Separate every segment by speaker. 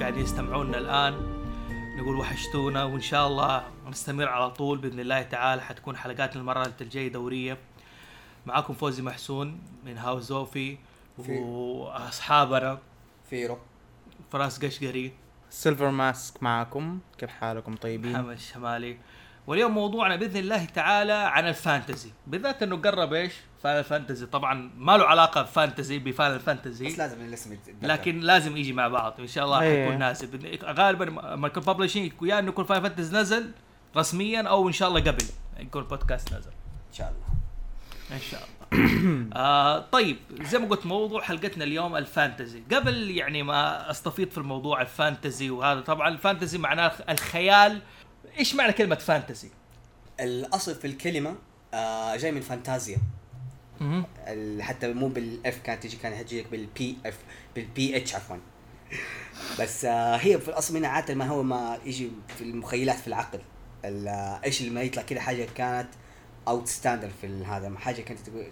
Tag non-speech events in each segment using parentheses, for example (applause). Speaker 1: قاعدين يستمعونا الان نقول وحشتونا وان شاء الله نستمر على طول باذن الله تعالى حتكون حلقاتنا المره الجايه دوريه معاكم فوزي محسون من هاوس زوفي
Speaker 2: في-
Speaker 1: واصحابنا
Speaker 2: فيرو
Speaker 1: فراس قشقري
Speaker 3: سيلفر ماسك معاكم كيف حالكم طيبين
Speaker 1: محمد الشمالي واليوم موضوعنا باذن الله تعالى عن الفانتزي بالذات انه قرب ايش؟ فاينل فانتزي طبعا ما له علاقه بفانتزي بفاينل
Speaker 2: بس
Speaker 1: فانتزي
Speaker 2: لازم الاسم يتذكر.
Speaker 1: لكن لازم يجي مع بعض ان شاء الله
Speaker 3: أيه.
Speaker 1: حيكون ناسب إن- غالبا ما يكون ببلشنج يا انه يكون فاينل فانتزي نزل رسميا او ان شاء الله قبل يكون بودكاست نزل
Speaker 2: ان شاء الله
Speaker 1: ان شاء الله آه طيب زي ما قلت موضوع حلقتنا اليوم الفانتزي قبل يعني ما استفيض في الموضوع الفانتزي وهذا طبعا الفانتزي معناه الخيال ايش معنى كلمه فانتزي
Speaker 2: الاصل في الكلمه آه جاي من فانتازيا
Speaker 1: مهم.
Speaker 2: ال- حتى مو بالاف كانت تجي كانت تجيك بالبي اف بالبي اتش عفوا (laughs) بس آه هي في الاصل منها عاده ما هو ما يجي في المخيلات في العقل ال- آه، ايش اللي ما يطلع كده حاجه كانت اوت ستاندر في ال- هذا حاجه كانت تقول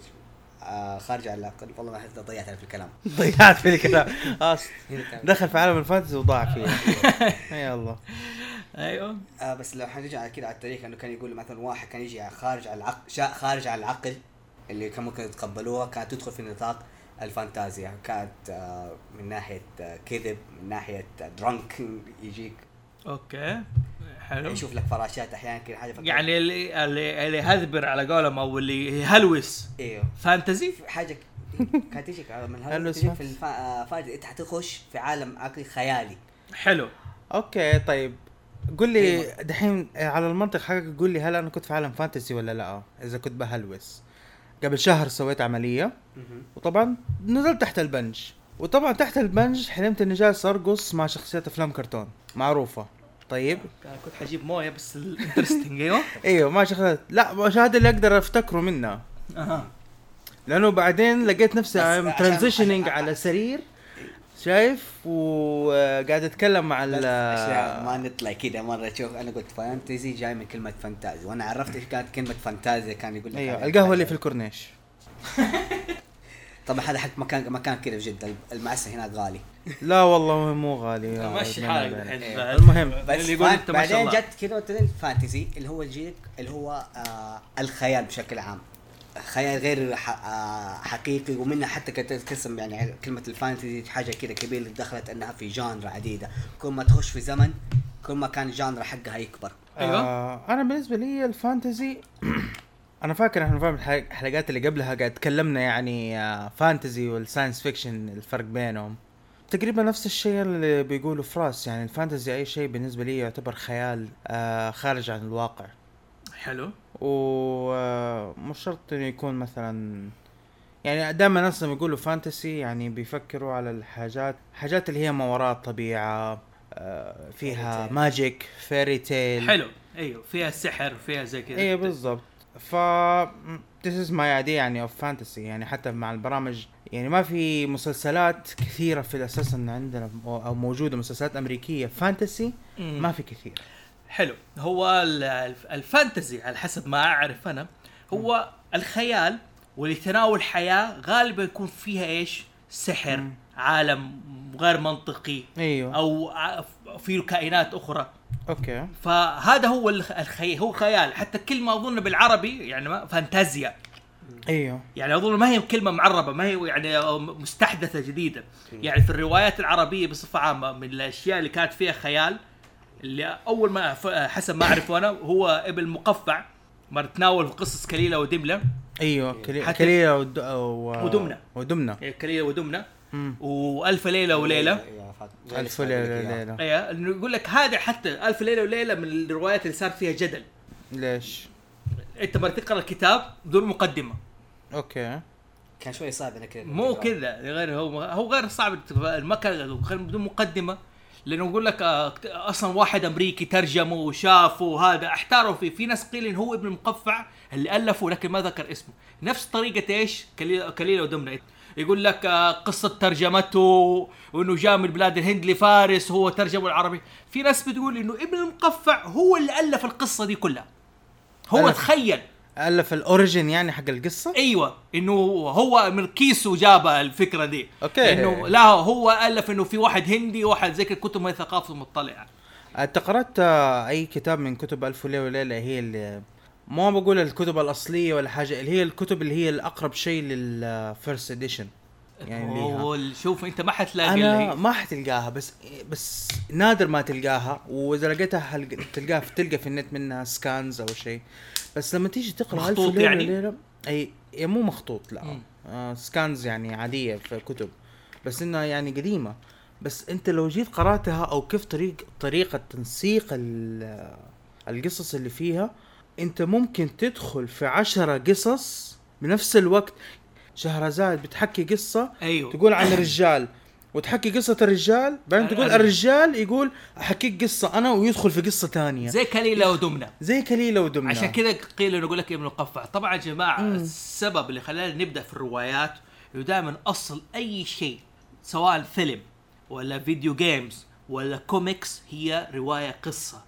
Speaker 2: آه خارجه على العقل والله ما حد- ضيعت انا في الكلام
Speaker 3: ضيعت في الكلام آس-
Speaker 2: هنا كان-
Speaker 3: دخل في عالم الفانتزي وضاع فيه يلا
Speaker 1: ايوه
Speaker 2: آه بس لو حنرجع على كده على التاريخ انه كان يقول مثلا واحد كان يجي خارج على العقل شاء خارج على العقل اللي كان ممكن يتقبلوها كانت تدخل في نطاق الفانتازيا كانت آه من ناحيه آه كذب من ناحيه درانك يجيك
Speaker 1: اوكي حلو
Speaker 2: يشوف لك فراشات احيانا كذا حاجه فكرة-
Speaker 1: يعني اللي اللي اللي هذبر على قولهم او اللي يهلوس
Speaker 2: ايوه
Speaker 1: فانتزي
Speaker 2: حاجه ك- كانت تجيك على- من
Speaker 3: حلو
Speaker 2: هذا تجيك في
Speaker 3: اسمه.
Speaker 2: الف- آه، فانتازي انت حتخش في عالم عقلي خيالي
Speaker 1: حلو
Speaker 3: اوكي طيب قول لي
Speaker 2: أيوة.
Speaker 3: دحين آه، على المنطق حقك قول لي هل انا كنت في عالم فانتسي ولا لا اذا كنت بهلوس قبل شهر سويت عمليه
Speaker 2: مهم.
Speaker 3: وطبعا نزلت تحت البنج وطبعا تحت البنج حلمت اني جالس ارقص مع شخصيات افلام كرتون معروفه طيب
Speaker 1: أنا كنت حجيب مويه بس الانترستنج ايوه
Speaker 3: ايوه ما شخصيات لا مش هذا اللي اقدر افتكره منها
Speaker 1: اها
Speaker 3: لانه بعدين لقيت نفسي
Speaker 2: بس
Speaker 3: ام
Speaker 2: عشان-
Speaker 3: ترانزيشننج
Speaker 2: عشان-
Speaker 3: على سرير شايف وقاعد اتكلم مع
Speaker 2: بس
Speaker 3: ال آه،
Speaker 2: اشياء ما نطلع كذا مره شوف انا قلت فانتزي جاي من كلمه فانتازي وانا عرفت ايش كانت كلمه فانتازيا كان يقول لك
Speaker 3: ايوه
Speaker 2: هذا
Speaker 3: القهوه
Speaker 2: فانتازيا.
Speaker 3: اللي في الكورنيش
Speaker 2: طبعا هذا حق مكان مكان كذا في جده المعسه هناك غالي
Speaker 3: لا والله مو غالي آه، يا
Speaker 1: ماشي
Speaker 3: أبناء
Speaker 1: حالك
Speaker 3: الله.
Speaker 1: الحين
Speaker 2: إيه.
Speaker 3: المهم.
Speaker 2: بس
Speaker 1: اللي يقول انت ما شاء
Speaker 2: بعدين
Speaker 1: الله
Speaker 2: جت كذا قلت لي الفانتزي اللي هو يجيك اللي هو آه الخيال بشكل عام خيال غير ح- آه حقيقي ومنها حتى كانت ترسم يعني كلمه الفانتزي حاجه كذا كبيره اللي دخلت انها في جانرا عديده كل ما تخش في زمن كل ما كان الجانرا حقها يكبر
Speaker 1: أيوة.
Speaker 3: آه انا بالنسبه لي الفانتزي (clears throat) انا فاكر احنا فاهم الحلق- الحلقات اللي قبلها قاعد تكلمنا يعني آه فانتزي والساينس فيكشن الفرق بينهم تقريبا نفس الشيء اللي بيقولوا فراس يعني الفانتزي اي شيء بالنسبه لي يعتبر خيال آه خارج عن الواقع
Speaker 1: حلو
Speaker 3: ومش شرط انه يكون مثلا يعني دائما اصلا يقولوا فانتسي يعني بيفكروا على الحاجات حاجات اللي هي ما وراء الطبيعه آه، فيها
Speaker 2: Fairy tale.
Speaker 3: ماجيك فيري تيل
Speaker 1: حلو ايوه فيها سحر فيها زي كذا
Speaker 3: ايه بالضبط ف this is my idea يعني of fantasy يعني حتى مع البرامج يعني ما في مسلسلات كثيرة في الأساس إن عندنا مو- أو موجودة مسلسلات أمريكية فانتسي
Speaker 1: مم.
Speaker 3: ما في كثير
Speaker 1: حلو هو ال- الف- الفانتزي على حسب ما اعرف انا هو الخيال واللي تناول حياه غالبا يكون فيها ايش؟ سحر
Speaker 3: مم.
Speaker 1: عالم غير منطقي
Speaker 3: أيوه
Speaker 1: او ع- فيه كائنات اخرى
Speaker 3: أوكي
Speaker 1: فهذا هو الخ- الخي هو خيال حتى الكلمه اظن بالعربي يعني ما فانتازيا
Speaker 3: أيوه
Speaker 1: يعني اظن ما هي كلمه معربه ما هي يعني مستحدثه جديده يعني في الروايات العربيه بصفه عامه من الاشياء اللي كانت فيها خيال اللي اول ما ف- حسب ما اعرف انا هو ابن المقفع ما تناول في قصص كليله ودمله
Speaker 3: ايوه كلي...
Speaker 1: إيه. حتى-
Speaker 3: كليلة ود... و...
Speaker 1: ودمنة. إيه.
Speaker 3: ودمنة
Speaker 1: هي كليله ودمله
Speaker 3: مم.
Speaker 1: والف ليله وليله
Speaker 2: إيه، فات-
Speaker 3: ألف ليلة ليلة
Speaker 1: ايه إنه يقول لك هذا حتى الف ليله وليله من الروايات اللي صار فيها جدل
Speaker 3: ليش؟
Speaker 1: انت ما تقرا الكتاب بدون مقدمه
Speaker 3: اوكي
Speaker 2: كان شوي صعب انا كذا
Speaker 1: مو كذا غير هو هو غير صعب المكان بدون مقدمه لانه يقول لك آه، اصلا واحد امريكي ترجمه وشافه هذا احتاروا فيه في ناس قيل انه هو ابن المقفع اللي الفه لكن ما ذكر اسمه نفس طريقه ايش كليل كليله ودمنه يقول لك آه، قصه ترجمته وانه جاء من بلاد الهند لفارس هو ترجمه العربي في ناس بتقول انه ابن المقفع هو اللي الف القصه دي كلها هو
Speaker 3: ألف.
Speaker 1: تخيل
Speaker 3: الف الاوريجن يعني حق القصه
Speaker 1: ايوه انه هو من كيسه جاب الفكره دي
Speaker 3: أوكي.
Speaker 1: انه لا هو الف انه في واحد هندي وواحد زي كده كتب ما هي ثقافته مطلعه
Speaker 3: انت قرات آه، اي كتاب من كتب الف ليله وليله هي اللي ما بقول الكتب الاصليه ولا حاجه اللي هي الكتب اللي هي الاقرب شيء للفيرست اديشن يعني ليها.
Speaker 1: يعني شوف انت ما حتلاقي
Speaker 3: انا
Speaker 1: انا
Speaker 3: ما حتلقاها بس بس نادر ما تلقاها واذا لقيتها حلق- تلقاها في تلقى في النت منها سكانز او شيء بس لما تيجي تقرا الف
Speaker 1: مخطوط
Speaker 3: ليله
Speaker 1: يعني؟
Speaker 3: وليله اي هي مو مخطوط لا
Speaker 1: مم.
Speaker 3: آه سكانز يعني عاديه في كتب بس انها يعني قديمه بس انت لو جيت قراتها او كيف طريق طريقه تنسيق ال- القصص اللي فيها انت ممكن تدخل في عشرة قصص بنفس الوقت شهرزاد بتحكي قصه
Speaker 1: ايوه
Speaker 3: تقول عن الرجال وتحكي قصة الرجال بعدين تقول الرجال يقول احكيك قصة انا ويدخل في قصة ثانية
Speaker 1: زي كليله ودمنه
Speaker 3: زي كليلة ودمنة
Speaker 1: عشان كذا قيل انه يقول لك ابن القفع طبعا يا جماعه السبب اللي خلانا نبدا في الروايات انه دائما اصل اي شيء سواء فيلم ولا فيديو جيمز ولا كوميكس هي روايه قصه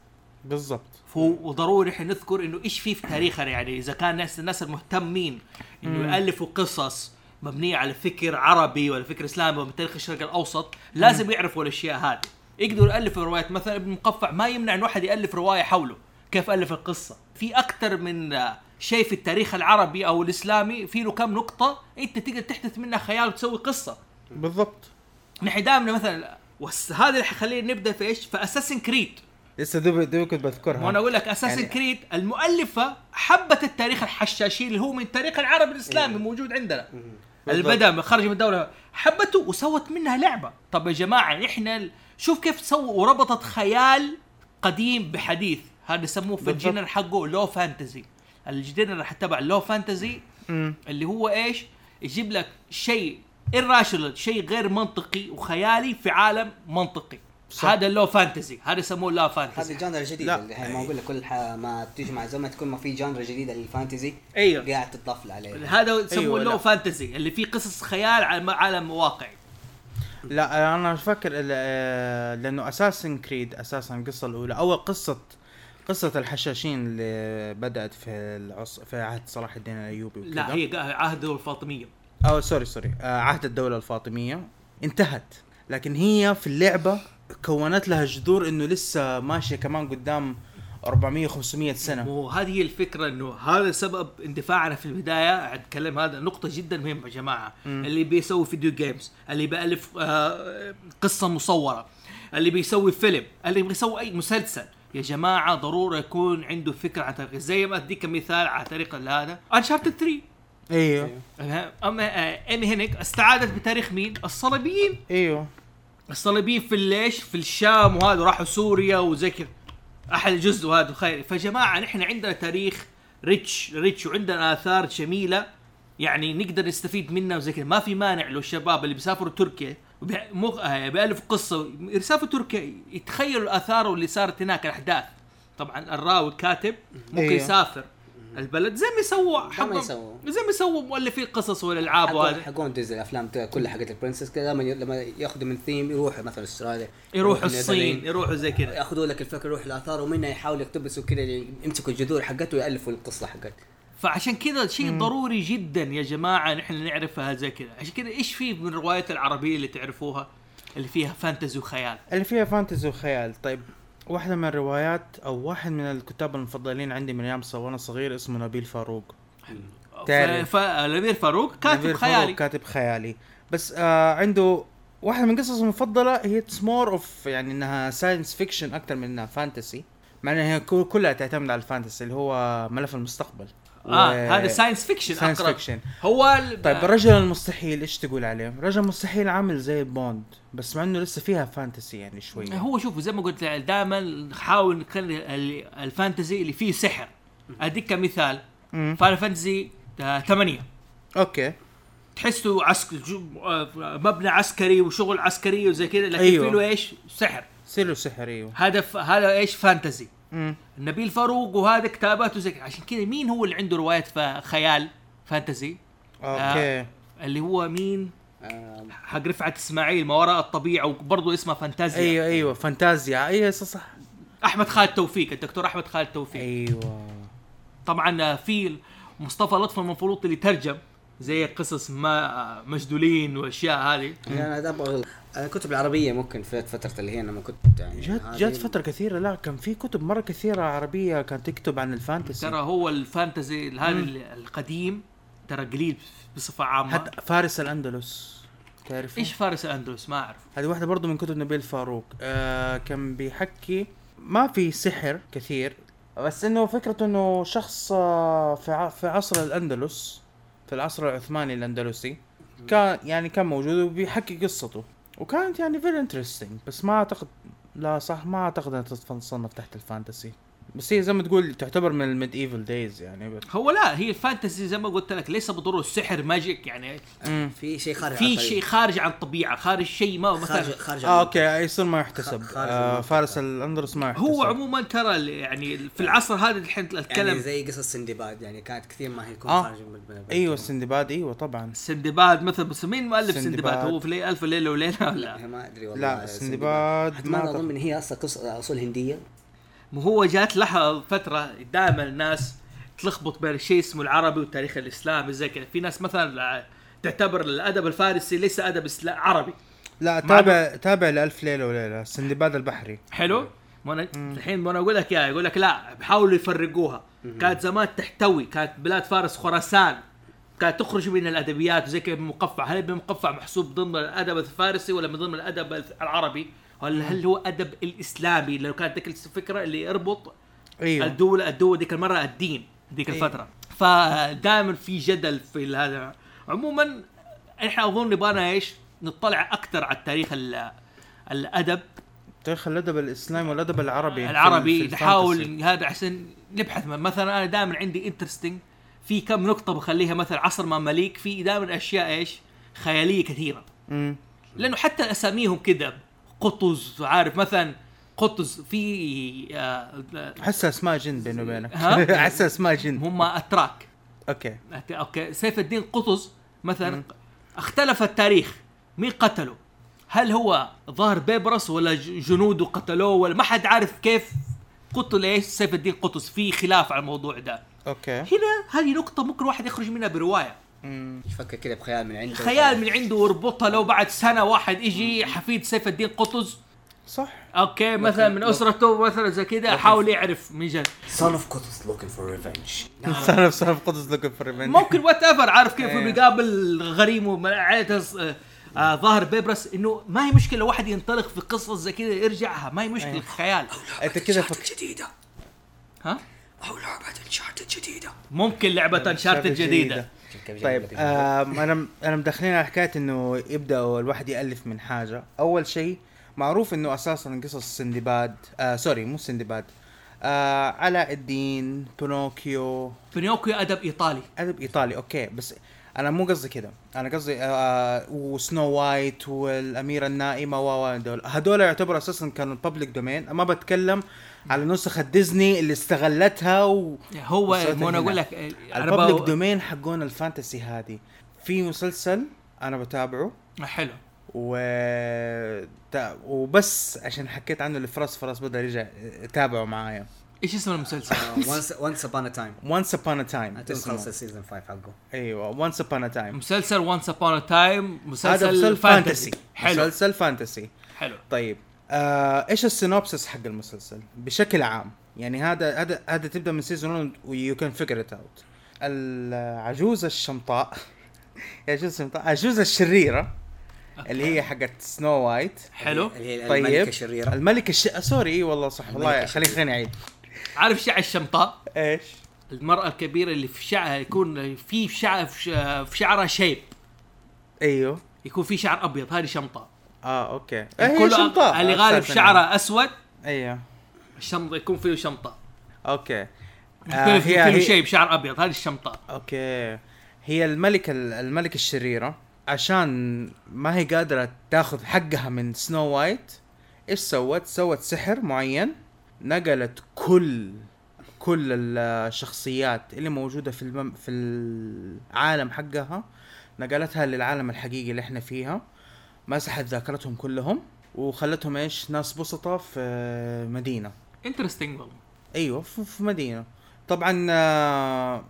Speaker 3: بالضبط
Speaker 1: فهو وضروري احنا نذكر انه ايش في في تاريخنا يعني اذا كان الناس الناس المهتمين انه يالفوا قصص مبنيه على فكر عربي ولا فكر اسلامي من تاريخ الشرق الاوسط لازم يعرفوا الاشياء هذه يقدروا يالفوا روايات مثلا ابن مقفع ما يمنع ان واحد يالف روايه حوله كيف الف القصه في اكثر من آه، شيء في التاريخ العربي او الاسلامي في له كم نقطه انت تقدر تحدث منها خيال وتسوي قصه
Speaker 3: بالضبط
Speaker 1: نحن دائما مثلا وس- هذا اللي حيخلينا نبدا في ايش؟ في اساسن كريد
Speaker 3: لسه دوبي دوبي كنت بذكرها
Speaker 1: وانا اقول لك اساسن
Speaker 3: يعني-
Speaker 1: يعني كريد المؤلفه حبت التاريخ الحشاشين اللي هو من التاريخ العربي الاسلامي موجود عندنا اللي
Speaker 3: إيه. بالضبط.
Speaker 1: بدا من- خرج من الدوله حبته وسوت منها لعبه طب يا جماعه احنا ال- شوف كيف سووا وربطت خيال قديم بحديث هذا يسموه في
Speaker 3: بالضبط.
Speaker 1: الجنر حقه لو فانتزي الجنر اللي حتبع لو فانتزي
Speaker 3: مم.
Speaker 1: اللي هو ايش يجيب لك شيء irrational شيء غير منطقي وخيالي في عالم منطقي
Speaker 3: صح.
Speaker 1: هذا اللو فانتزي هذا يسموه لا فانتزي
Speaker 2: هذا جانر جديد
Speaker 3: لا.
Speaker 2: الحين ما اقول لك كل ح- ما تجمع زي ما تكون ما في جانر جديد للفانتزي
Speaker 1: ايوه
Speaker 2: قاعد تطفل عليه
Speaker 1: هذا يسموه أيوة
Speaker 3: أيوة، لا.
Speaker 1: لو فانتزي اللي فيه قصص خيال على عالم واقعي
Speaker 3: لا انا فاكر ال- آه، لانه اساسن كريد اساسا القصة الاولى اول قصة قصة الحشاشين اللي بدأت في العص... في عهد صلاح الدين الايوبي وكذا
Speaker 1: لا هي عهد الفاطميه
Speaker 3: او سوري سوري آه، عهد الدولة الفاطمية انتهت لكن هي في اللعبة كونت لها جذور انه لسه ماشية كمان قدام 400 500 سنة
Speaker 1: وهذه هي الفكره انه هذا سبب اندفاعنا في البدايه اتكلم هذا نقطه جدا مهمه يا جماعه
Speaker 3: مم.
Speaker 1: اللي بيسوي فيديو جيمز اللي بيالف آه، قصه مصوره اللي بيسوي فيلم اللي بيسوي اي مسلسل يا جماعه ضروري يكون عنده فكره عن تاريخ زي ما اديك مثال على طريقه هذا انشارتد 3 إيوه.
Speaker 3: ايوه
Speaker 1: اما آه، ايمي هينيك استعادت بتاريخ مين؟ الصليبيين
Speaker 3: ايوه
Speaker 1: الصليبيين في ليش في الشام وهذا راحوا سوريا وزي كذا احد الجزء وهذا خير فجماعه نحن عندنا تاريخ ريتش ريتش وعندنا اثار جميله يعني نقدر نستفيد منها وزي كذا ما في مانع لو الشباب اللي بيسافروا تركيا وبي- مو- آه، بيالفوا قصه يسافروا تركيا يتخيلوا الاثار واللي صارت هناك الاحداث طبعا الراوي الكاتب ممكن
Speaker 3: أيوه.
Speaker 1: يسافر البلد زي ما يسووا
Speaker 2: زي ما
Speaker 1: حقهم-
Speaker 2: يسووا.
Speaker 1: زي ما يسووا مؤلفين قصص والالعاب وهذا
Speaker 2: حقون- حقون ديزل الافلام تا- كلها حقت البرنسس كذا لما لما ياخذوا من ثيم يروحوا مثلا استراليا
Speaker 1: يروحوا
Speaker 2: النيذرلاند.
Speaker 1: الصين يروحوا زي كذا
Speaker 2: ياخذوا لك الفكره يروحوا الاثار ومنها يحاولوا يقتبسوا كذا يمسكوا الجذور حقته ويالفوا القصه حقته
Speaker 1: فعشان كذا شيء ضروري جدا يا جماعه نحن نعرفها زي كذا عشان كذا ايش في من الروايات العربيه اللي تعرفوها اللي فيها فانتزي وخيال
Speaker 3: اللي فيها فانتزي وخيال طيب واحدة من الروايات او واحد من الكتاب المفضلين عندي من ايام وانا صغير اسمه نبيل فاروق تعرف.
Speaker 1: ف- فالامير فاروق كاتب
Speaker 3: نبيل فاروق
Speaker 1: خيالي
Speaker 3: كاتب خيالي بس آه عنده واحدة من قصصه المفضلة هي اتس مور اوف يعني انها ساينس فيكشن اكثر من انها فانتسي مع انها هي كل- كلها تعتمد على الفانتسي اللي هو ملف المستقبل
Speaker 1: اه هذا ساينس فيكشن
Speaker 3: ساينس
Speaker 1: اقرب
Speaker 3: فيكشن
Speaker 1: هو ال-
Speaker 3: طيب الرجل المستحيل ايش تقول عليه؟ رجل مستحيل عامل زي بوند بس مع انه لسه فيها فانتسي يعني شوية
Speaker 1: هو شوف زي ما قلت دائما نحاول نخلي ال- الفانتزي اللي فيه سحر اديك كمثال
Speaker 3: مم.
Speaker 1: فاينل فانتزي 8
Speaker 3: اوكي
Speaker 1: تحسه عسكري جو- آه، مبنى عسكري وشغل عسكري وزي كذا لكن
Speaker 3: أيوه.
Speaker 1: في له ايش؟ سحر
Speaker 3: يصير له سحر ايوه
Speaker 1: هذا ف- هذا ايش؟ فانتزي
Speaker 3: مم.
Speaker 1: نبيل فاروق وهذا كتاباته زي كده. عشان كذا مين هو اللي عنده روايات ف- خيال فانتزي آه.
Speaker 3: اوكي
Speaker 1: اللي هو مين
Speaker 2: آه،
Speaker 1: حق رفعت اسماعيل ما وراء الطبيعه وبرضه اسمها فانتازيا
Speaker 3: ايوه ايوه فانتازيا ايوه صح صح أيوه.
Speaker 1: احمد خالد توفيق الدكتور احمد خالد توفيق
Speaker 3: ايوه
Speaker 1: طبعا في مصطفى لطفي المفروض اللي ترجم زي قصص ما مجدولين واشياء هذه
Speaker 2: يعني انا ابغى الكتب العربيه ممكن في فتره اللي هي لما كنت يعني
Speaker 3: جات
Speaker 2: هذه-
Speaker 3: جات فتره كثيره لا كان في كتب مره كثيره عربيه كانت تكتب عن
Speaker 1: ترى
Speaker 3: الفانتسي
Speaker 1: هو الفانتزي هذا القديم ترى قليل بصفه عامه
Speaker 3: حتى فارس الاندلس تعرف
Speaker 1: ايش فارس الاندلس ما اعرف
Speaker 3: هذه واحدة برضو من كتب نبيل فاروق آه كان بيحكي ما في سحر كثير بس انه فكرة انه شخص آه في ع- في عصر الاندلس في العصر العثماني الاندلسي كان يعني كان موجود وبيحكي قصته وكانت يعني فيري انترستنج بس ما اعتقد لا صح ما اعتقد انها تتصنف تحت الفانتسي بس هي زي ما تقول تعتبر من الميد ايفل دايز يعني بس
Speaker 1: هو لا هي الفانتزي زي ما قلت لك ليس بضروره السحر ماجيك يعني
Speaker 3: مم.
Speaker 2: في شيء خارج عن
Speaker 1: في
Speaker 2: الطريق.
Speaker 1: شيء خارج عن الطبيعه خارج شيء ما
Speaker 2: خارج
Speaker 1: مثلا
Speaker 2: خارج عن
Speaker 3: اه
Speaker 2: الطريق.
Speaker 3: اوكي يصير ما يحتسب
Speaker 2: خ- خارج
Speaker 3: آه
Speaker 2: المنطقة.
Speaker 3: فارس الاندلس ما يحتسب
Speaker 1: هو عموما ترى ال- يعني في العصر هذا الحين
Speaker 2: يعني
Speaker 1: الكلام
Speaker 2: زي قصص سندباد يعني كانت كثير ما هي تكون
Speaker 3: آه.
Speaker 2: خارج من البلد.
Speaker 3: ايوه السندباد ايوه طبعا
Speaker 1: سندباد مثلا بس مين مؤلف سندباد
Speaker 3: سندباد.
Speaker 1: هو في لي الف ليله وليله
Speaker 2: هي
Speaker 1: لا
Speaker 2: ما ادري والله
Speaker 3: لا،
Speaker 2: على
Speaker 3: السندباد
Speaker 2: حتى
Speaker 3: ما
Speaker 2: ما
Speaker 3: أعتقد.
Speaker 2: اظن ان هي اصلا قصه اصول هنديه
Speaker 1: مو (laughs) هو جات لها فتره دائما الناس تلخبط بين شيء اسمه العربي والتاريخ الاسلامي زي كذا في ناس مثلا تعتبر الادب الفارسي ليس ادب إسلا- عربي
Speaker 3: لا تابع تابع لألف ليلة وليلة سندباد البحري
Speaker 1: حلو ما انا الحين ما انا اقول لك يا يقول لك لا بيحاولوا يفرقوها كانت زمان تحتوي كانت بلاد فارس خراسان كانت تخرج من الادبيات وزي كذا بمقفع هل بمقفع محسوب ضمن الادب الفارسي ولا من ضمن الادب العربي هل هل هو ادب الاسلامي لو كانت ذيك الفكره اللي يربط
Speaker 3: ايوه
Speaker 1: الدولة الدولة ذيك المرة الدين ذيك
Speaker 3: أيوة.
Speaker 1: الفترة فدائما في جدل في هذا عموما احنا اظن يبغانا ايش نطلع اكثر على التاريخ ال- الادب
Speaker 3: تاريخ الادب الاسلامي والادب العربي في- في
Speaker 1: العربي
Speaker 3: الفانتسي.
Speaker 1: نحاول هذا عشان نبحث مثلا انا دائما عندي انترستنج في كم نقطة بخليها مثلا عصر مماليك في دائما اشياء ايش خيالية كثيرة
Speaker 3: أمم.
Speaker 1: لانه حتى اساميهم كده قطز عارف مثلا قطز في آه، آه،
Speaker 3: احسها اسماء جن بيني وبينك (laughs)
Speaker 1: ها؟
Speaker 3: احسها اسماء جن
Speaker 1: هم اتراك
Speaker 3: اوكي
Speaker 1: أت- اوكي سيف الدين قطز مثلا اختلف التاريخ مين قتله؟ هل هو ظهر بيبرس ولا ج- جنوده قتلوه ولا ما حد عارف كيف قتل ايش سيف الدين قطز في خلاف على الموضوع ده
Speaker 3: اوكي
Speaker 1: هنا هذه نقطة ممكن واحد يخرج منها برواية
Speaker 3: أمم.
Speaker 2: يفكر كذا بخيال من عنده
Speaker 1: خيال من عنده ويربطها لو بعد سنة واحد يجي حفيد سيف الدين قطز
Speaker 3: صح
Speaker 1: اوكي مثلا من اسرته مثلا زي كذا حاول يعرف من جد
Speaker 2: son of Kotos looking for revenge
Speaker 3: صرف صرف قدس لوكينج
Speaker 1: (laughs)
Speaker 3: فور
Speaker 1: ممكن وات ايفر عارف كيف
Speaker 3: إيه.
Speaker 1: بيقابل غريم وعائلته آه، ظاهر بيبرس انه ما هي مشكله واحد ينطلق في قصص زي كذا يرجعها ما هي
Speaker 3: إيه.
Speaker 1: مشكله خيال
Speaker 3: انت
Speaker 1: (laughs)
Speaker 3: كذا فك...
Speaker 2: جديده
Speaker 1: ها
Speaker 2: او لعبه انشارتد جديده
Speaker 1: ممكن لعبه انشارتد جديده
Speaker 3: طيب آم، انا انا مدخلين على حكايه انه يبداوا الواحد يالف من حاجه اول شيء معروف انه اساسا قصص سندباد آه سوري مو سندباد آه علاء الدين بينوكيو
Speaker 1: بنيوكيو ادب ايطالي
Speaker 3: ادب ايطالي اوكي بس انا مو قصدي كده انا قصدي آه وسنو وايت والاميره النائمه و و هدول هدول يعتبروا اساسا كانوا بابليك دومين ما بتكلم على نسخة ديزني اللي استغلتها و
Speaker 1: هو
Speaker 3: وصلت
Speaker 1: مو انا
Speaker 3: هنا.
Speaker 1: اقول لك آه، أنا
Speaker 3: الببليك
Speaker 1: بقى-
Speaker 3: دومين حقون الفانتسي هذه في مسلسل انا بتابعه
Speaker 1: حلو
Speaker 3: و تا- وبس عشان حكيت عنه لفراس فراس بدا يرجع تابعه معايا
Speaker 1: ايش اسم المسلسل؟
Speaker 3: آه.
Speaker 2: once once upon a time
Speaker 3: وانس ابون تايم
Speaker 2: اتوقع خلص السيزون 5 حقه
Speaker 3: ايوه وانس ابون تايم
Speaker 1: مسلسل وانس ابون تايم
Speaker 3: هذا
Speaker 1: مسلسل
Speaker 3: مسلسل
Speaker 1: فانتسي
Speaker 3: فانتسي
Speaker 1: حلو
Speaker 3: مسلسل فانتسي
Speaker 1: حلو
Speaker 3: طيب آه ايش السينوبسس حق المسلسل بشكل عام يعني هذا هذا هذا تبدا من سيزون 1 ويو كان فيجر ات اوت العجوزه الشمطاء (laughs) العجوزه الشمطاء العجوزه الشريره اللي هي حقت سنو وايت
Speaker 1: حلو
Speaker 2: اللي هي
Speaker 3: طيب
Speaker 2: الملكه الشريره
Speaker 3: الملكه الش... آه، سوري اي والله صح والله
Speaker 2: الملكة
Speaker 3: خليني خليني اعيد
Speaker 1: عارف شعر الشمطاء؟
Speaker 3: ايش
Speaker 1: المرأة الكبيرة اللي في شعرها يكون في شعر في شعرها شيب
Speaker 3: ايوه
Speaker 1: يكون في شعر ابيض هذه شمطه
Speaker 3: اه اوكي آه، هي
Speaker 1: يعني كل
Speaker 3: شمطاء
Speaker 1: اللي غالب
Speaker 3: أساساً
Speaker 1: شعره اسود
Speaker 3: يعني. ايوه
Speaker 1: الشمط يكون فيه شمطه
Speaker 3: اوكي آه
Speaker 1: يختلف
Speaker 3: هي
Speaker 1: آه كل
Speaker 3: هي
Speaker 1: شيء بشعر ابيض هذه الشمطه
Speaker 3: اوكي هي الملكة الملكة الشريرة عشان ما هي قادرة تاخذ حقها من سنو وايت ايش سوت؟ سوت سحر معين نقلت كل كل الشخصيات اللي موجودة في المم في العالم حقها نقلتها للعالم الحقيقي اللي احنا فيها مسحت ذاكرتهم كلهم وخلتهم ايش ناس بسطة في مدينة أيوة،
Speaker 1: انترستنج والله
Speaker 3: ايوه في في مدينه طبعا آه،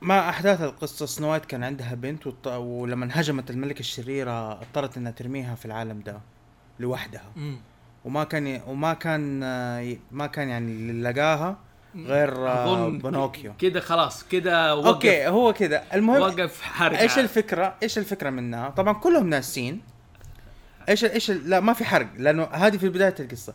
Speaker 3: مع احداث القصه سنو وايت كان عندها بنت وط... ولما هجمت الملكه الشريره اضطرت انها ترميها في العالم ده لوحدها
Speaker 1: مم.
Speaker 3: وما كان ي... وما كان آه، ما كان يعني اللي لقاها غير آه،
Speaker 1: اظن
Speaker 3: بنوكيو
Speaker 1: كده خلاص كده وقف
Speaker 3: اوكي هو كذا المهم
Speaker 1: وقف حرق
Speaker 3: ايش الفكره ايش الفكره منها طبعا كلهم ناسين ايش ال- ايش ال- لا ما في حرق لانه هذه في بدايه القصه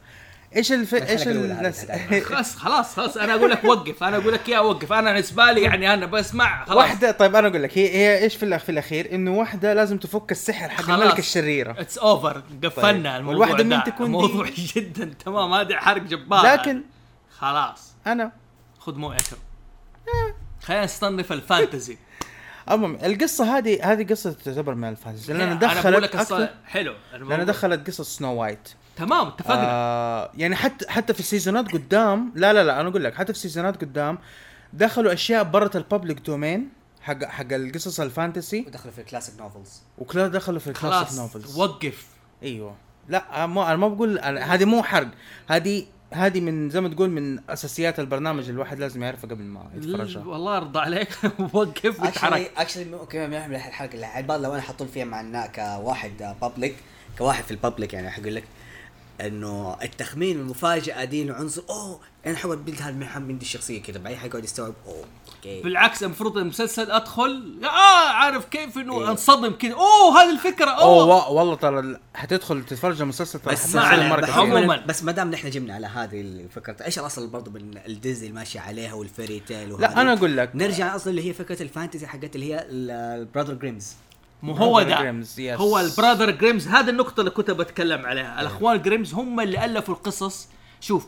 Speaker 3: ايش الف...
Speaker 2: الحلقة
Speaker 3: ايش
Speaker 2: الأولى هذه
Speaker 3: الناس
Speaker 2: بتاعت-
Speaker 1: خلاص خلاص خلاص انا اقول لك وقف انا اقول لك يا وقف انا بالنسبه لي يعني انا بسمع خلاص
Speaker 3: واحده طيب انا اقول لك هي هي ايش في الأخ- في الاخير انه واحده لازم تفك السحر حق
Speaker 1: خلاص.
Speaker 3: الملكه الشريره
Speaker 1: اتس اوفر قفلنا
Speaker 3: طيب.
Speaker 1: الموضوع (laughs)
Speaker 3: والواحدة
Speaker 1: ده
Speaker 3: مين تكون دي؟
Speaker 1: موضوع جدا تمام هذا حرق جبار
Speaker 3: لكن
Speaker 1: خلاص
Speaker 3: انا
Speaker 1: خذ موعدك
Speaker 3: آه.
Speaker 1: خلينا نستنف الفانتزي
Speaker 3: المهم القصه هذه هذه قصه تعتبر من الفانتسي
Speaker 1: إيه، أنا-
Speaker 3: لان
Speaker 1: انا بقول
Speaker 3: دخلت
Speaker 1: لك الص-
Speaker 3: اكثر
Speaker 1: حلو
Speaker 3: لان
Speaker 1: لان
Speaker 3: دخلت قصه سنو وايت
Speaker 1: تمام اتفقنا
Speaker 3: آه يعني حتى حتى في السيزونات قدام لا لا لا انا اقول لك حتى في السيزونات قدام دخلوا اشياء برة الببليك دومين حق حق القصص الفانتسي
Speaker 2: ودخلوا في الكلاسيك نوفلز
Speaker 3: وكلها دخلوا في الكلاسيك
Speaker 1: خلاص
Speaker 3: نوفلز
Speaker 1: وقف
Speaker 3: ايوه لا آه، مو انا ما بقول أنا- هذه مو حرق هذه هذه من زي ما تقول من اساسيات البرنامج الواحد لازم يعرفها قبل ما يتفرجها
Speaker 1: والله ارضى عليك (laughs) وقف
Speaker 2: اكشلي
Speaker 1: وتحرك
Speaker 2: اكشلي ممكن نعمل الحلقه اللي على البال لو انا حطون فيها معناه كواحد بابليك كواحد في البابليك يعني حقول لك انه التخمين المفاجاه دي العنصر اوه انا حقعد بنت هذا من من دي الشخصيه كذا بعدين حيقعد يستوعب اوه اوكي
Speaker 1: بالعكس المفروض المسلسل ادخل اه عارف كيف
Speaker 3: إيه.
Speaker 1: انه انصدم كذا اوه هذه الفكره
Speaker 3: اوه
Speaker 1: اوه
Speaker 3: وا- والله ترى ال- حتدخل تتفرج المسلسل ترى يعني-
Speaker 2: بس
Speaker 1: ما
Speaker 3: حتنسى
Speaker 1: علينا،
Speaker 2: ما
Speaker 3: المرة
Speaker 1: بحب-
Speaker 3: كثير.
Speaker 1: عموماً.
Speaker 2: بس ما دام نحن جبنا على هذه الفكره ايش الاصل برضه من الديزني الماشي عليها والفيري تيل وهذه؟
Speaker 3: لا انا اقول
Speaker 1: نعم،
Speaker 3: لك
Speaker 2: نرجع اصلا اللي هي فكره الفانتزي حقت اللي هي البراذر جريمز
Speaker 3: آه،
Speaker 1: مو هو
Speaker 3: Brother
Speaker 1: ده
Speaker 3: Grimm's, yes. إيه.
Speaker 1: هو البراذر جريمز هذا النقطه اللي كنت بتكلم عليها الاخوان جريمز هم اللي الفوا القصص شوف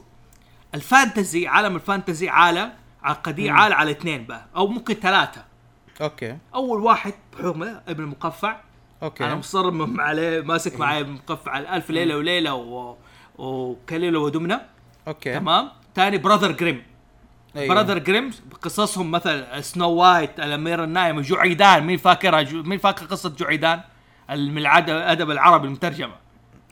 Speaker 1: الفانتزي عالم الفانتزي عالم
Speaker 3: إيه.
Speaker 1: عقدية عالة على اثنين بقى او ممكن ثلاثه
Speaker 3: اوكي
Speaker 1: اول واحد حكمه ابن المقفع انا
Speaker 3: اوكي
Speaker 1: مصمم عليه ماسك معي مقفع الالف ليله وليله و... وكليله ودمنه
Speaker 3: اوكي
Speaker 1: تمام ثاني براذر جريم
Speaker 3: أيوه.
Speaker 1: براذر جريم قصصهم مثل سنو وايت الاميره النايمه جعيدان مين فاكرها جو... مين فاكر قصه جعيدان من الادب العربي المترجمه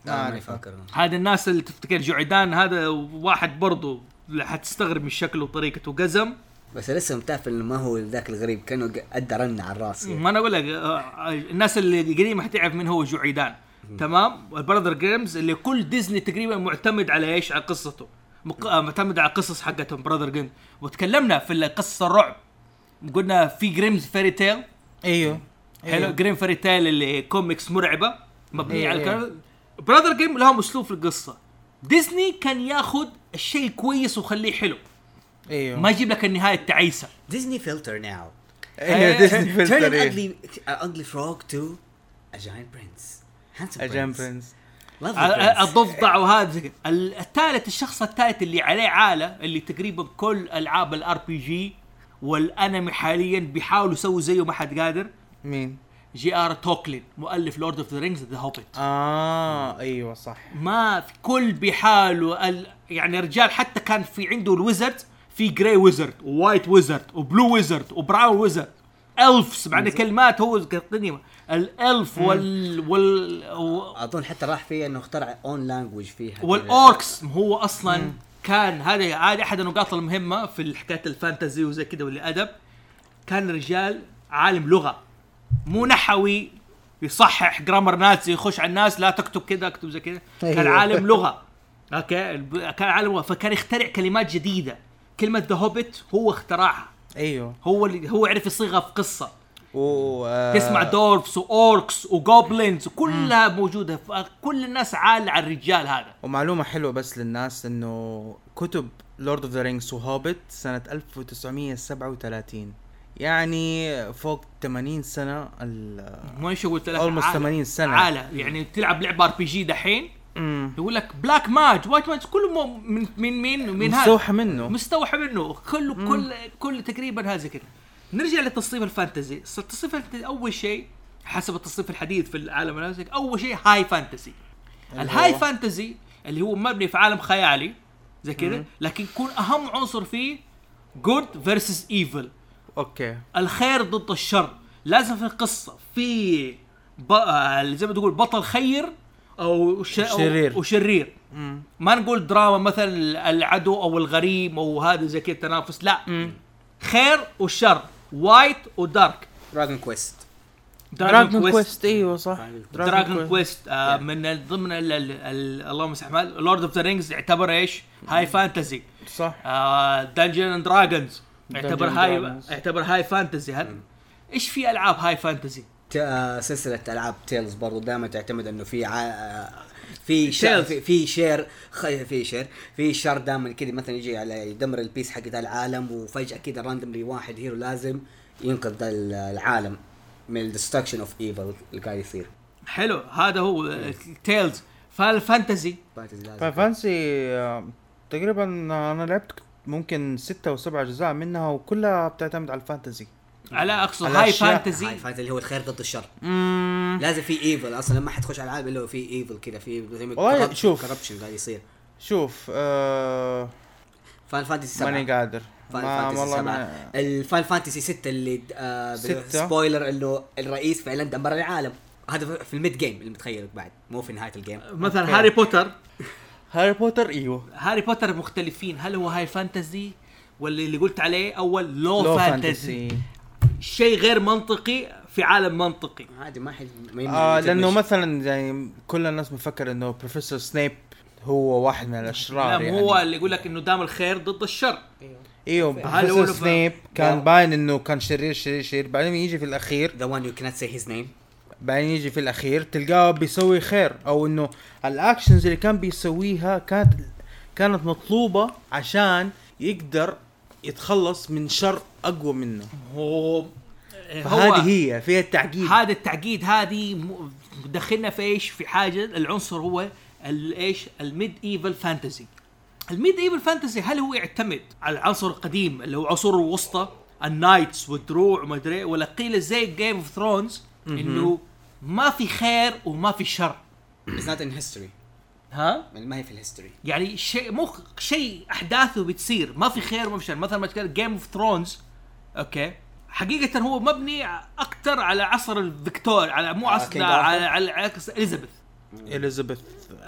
Speaker 3: ما
Speaker 2: ما
Speaker 3: أعرفها.
Speaker 2: فاكر
Speaker 1: هذا الناس اللي تفتكر جعيدان هذا واحد برضو حتستغرب من شكله وطريقته قزم
Speaker 2: بس الاسم تعرف انه ما هو ذاك الغريب كانه ق- ادى رن على الراس يعني.
Speaker 1: ما انا اقول لك آه، الناس اللي قديمه حتعرف من هو جعيدان تمام البراذر جيمز اللي كل ديزني تقريبا معتمد على ايش على قصته مق... آه، معتمد على قصص حقتهم براذر جيمز وتكلمنا في قصص الرعب قلنا في جريمز فيري تيل
Speaker 3: ايوه
Speaker 1: حلو جريم فيري تيل اللي كوميكس مرعبه مبنيه
Speaker 3: إيه،
Speaker 1: على
Speaker 3: إيه.
Speaker 1: الكلام براذر جيم لهم اسلوب في القصه ديزني كان ياخذ الشيء كويس وخليه حلو
Speaker 3: ايوه
Speaker 1: ما يجيب لك النهايه التعيسه
Speaker 2: ديزني فلتر
Speaker 3: (laughs)
Speaker 2: ناو
Speaker 3: ايوه ديزني
Speaker 2: تيرن
Speaker 3: فلتر إيه.
Speaker 2: اجلي اجلي فروغ تو ا جاينت برنس هانسوم
Speaker 3: A Jam Prince.
Speaker 1: ال- الضفدع وهذا ال- الثالث الشخص الثالث اللي عليه عاله اللي تقريبا كل العاب الار بي جي والانمي حاليا بيحاولوا يسووا زيه ما حد قادر
Speaker 3: مين؟
Speaker 1: جي ار توكلين مؤلف لورد اوف ذا رينجز ذا هوبيت
Speaker 3: اه ايوه صح
Speaker 1: ما في كل بيحاولوا ال... يعني رجال حتى كان في عنده الويزرد في جراي ويزرد ووايت ويزرد وبلو ويزرد وبراون ويزرد الفس معنى كلمات هو قديمه الالف وال وال, وال...
Speaker 2: اظن حتى راح فيها انه اخترع اون لانجوج فيها
Speaker 1: والاوركس هو اصلا كان هذا عادي احد النقاط المهمه في حكايه الفانتزي وزي كذا والادب كان رجال عالم لغه مو نحوي يصحح جرامر نازي يخش على الناس لا تكتب كذا اكتب زي كذا كان
Speaker 3: أيوه.
Speaker 1: عالم
Speaker 3: (laughs)
Speaker 1: لغه اوكي الب- كان عالم لغه فكان يخترع كلمات جديده كلمه ذا هوبيت هو اخترعها
Speaker 3: ايوه
Speaker 1: هو اللي هو عرف يصيغها في قصه
Speaker 3: و آه،
Speaker 1: تسمع دورفس واوركس وجوبلينز وكلها موجوده كل الناس عال على الرجال هذا
Speaker 3: ومعلومه حلوه بس للناس انه كتب لورد اوف ذا رينجز وهوبت سنه 1937 يعني فوق 80 سنه ال
Speaker 1: ما ايش قلت لك
Speaker 3: Almost
Speaker 1: عالة-
Speaker 3: 80 سنة.
Speaker 1: عالة يعني تلعب لعبه ار بي جي دحين
Speaker 3: مم.
Speaker 1: يقول لك بلاك ماج وايت ماج كله مو- من من مين من هذا
Speaker 3: مستوحى منه
Speaker 1: مستوحى منه كله كل كل تقريبا هذا كذا نرجع لتصنيف الفانتزي التصنيف الفانتزي اول شيء حسب التصنيف الحديث في العالم الأمريكي، اول شيء هاي فانتزي الهاي
Speaker 3: هو.
Speaker 1: فانتزي اللي هو مبني في عالم خيالي زي كذا لكن يكون اهم عنصر فيه جود فيرسز ايفل
Speaker 3: اوكي
Speaker 1: الخير ضد الشر لازم في القصه في ب... آه، زي ما تقول بطل خير او ش... أو-
Speaker 3: شرير.
Speaker 1: وشرير ما نقول دراما مثلا العدو او الغريم او هذا زي كذا تنافس لا خير والشر وايت ودارك
Speaker 2: دراجون كويست
Speaker 3: دراجون كويست ايوه صح
Speaker 2: Dragon
Speaker 1: دراجون
Speaker 3: Quest.
Speaker 1: كويست آه من ضمن ال ال ال اللهم صل على محمد لورد اوف ذا رينجز يعتبر ايش؟ هاي فانتزي
Speaker 3: صح
Speaker 1: آه، دنجن اند دراجونز يعتبر
Speaker 3: Dungeon
Speaker 1: هاي
Speaker 3: Dragons.
Speaker 1: يعتبر هاي فانتزي هل ايش في العاب هاي فانتزي؟
Speaker 2: تا- سلسله العاب تيلز برضو دائما تعتمد انه في ع... آه، في شير
Speaker 1: Tales.
Speaker 2: في, في شير خ... في شير في شر دائما كذا مثلا يجي على يدمر البيس حق ذا العالم وفجاه كذا راندملي واحد هيرو لازم ينقذ ذا ال- العالم من الدستكشن اوف ايفل اللي قاعد يصير
Speaker 1: حلو هذا هو آه، تيلز فالفانتزي
Speaker 2: فانتزي
Speaker 3: طيب،
Speaker 2: لازم
Speaker 3: فانسي آه، تقريبا انا لعبت ممكن ستة او سبعة اجزاء منها وكلها بتعتمد على الفانتزي
Speaker 1: على اقصد
Speaker 3: على
Speaker 1: هاي
Speaker 3: أشياء-
Speaker 2: هاي
Speaker 1: فانتزي
Speaker 2: فانتزي اللي هو الخير ضد الشر
Speaker 3: مم.
Speaker 2: لازم في ايفل اصلا ما حتخش على العالم الا هو في ايفل كذا في زي
Speaker 3: والله شوف.
Speaker 2: كربشن قاعد يصير
Speaker 3: شوف آه
Speaker 2: فان فانتسي 7
Speaker 3: ماني قادر
Speaker 2: فاين
Speaker 3: ما
Speaker 2: فانتسي
Speaker 3: والله
Speaker 2: 7
Speaker 3: ما
Speaker 2: الفاين فانتسي 6 اللي آه
Speaker 3: ستة.
Speaker 2: سبويلر انه الرئيس فعلا دمر العالم هذا في الميد جيم اللي متخيله بعد مو في نهايه الجيم
Speaker 1: مثلا
Speaker 3: أوكي.
Speaker 1: هاري بوتر
Speaker 3: هاري بوتر ايوه
Speaker 1: هاري بوتر مختلفين هل هو هاي فانتزي ولا اللي قلت عليه اول لو,
Speaker 3: لو
Speaker 1: فانتزي
Speaker 3: فانتسي
Speaker 1: شيء غير منطقي في عالم منطقي
Speaker 2: عادي ما حد ما يمنع
Speaker 3: آه
Speaker 2: يتمشى.
Speaker 3: لانه مثلا يعني كل الناس بتفكر انه بروفيسور سنيب هو واحد من الاشرار
Speaker 1: نعم
Speaker 3: يعني
Speaker 1: هو اللي يقول لك انه دام الخير ضد الشر
Speaker 2: إيوه.
Speaker 3: ايوه
Speaker 1: هل هو
Speaker 3: بروفيسور
Speaker 1: لو-
Speaker 3: سنيب
Speaker 2: لا.
Speaker 3: كان باين انه كان شرير شرير شرير بعدين يجي في الاخير
Speaker 2: ذا وان يو كانت سي هيز نيم
Speaker 3: بعدين يجي في الاخير تلقاه بيسوي خير او انه الاكشنز اللي كان بيسويها كانت كانت مطلوبه عشان يقدر يتخلص من شر اقوى منه
Speaker 1: هو هو-
Speaker 3: فهذه هي فيها التعقيد
Speaker 1: هذا التعقيد هذه م- دخلنا في ايش في حاجه العنصر هو ال- ايش الميد ايفل فانتزي الميد ايفل فانتزي هل هو يعتمد على العنصر القديم اللي هو عصور الوسطى النايتس والدروع وما ادري ولا قيل زي جيم اوف ثرونز انه ما في خير وما في شر
Speaker 2: اتس نوت ان هيستوري
Speaker 1: ها
Speaker 2: ما هي في الهيستوري
Speaker 1: يعني شيء مو شيء احداثه بتصير ما في خير وما في شر مثلا ما تكلم جيم اوف ثرونز اوكي حقيقة هو مبني اكثر على عصر الفيكتور على مو
Speaker 2: آه،
Speaker 1: عصر
Speaker 2: King
Speaker 1: لا،
Speaker 2: Arthur.
Speaker 1: على على عكس اليزابيث
Speaker 3: اليزابيث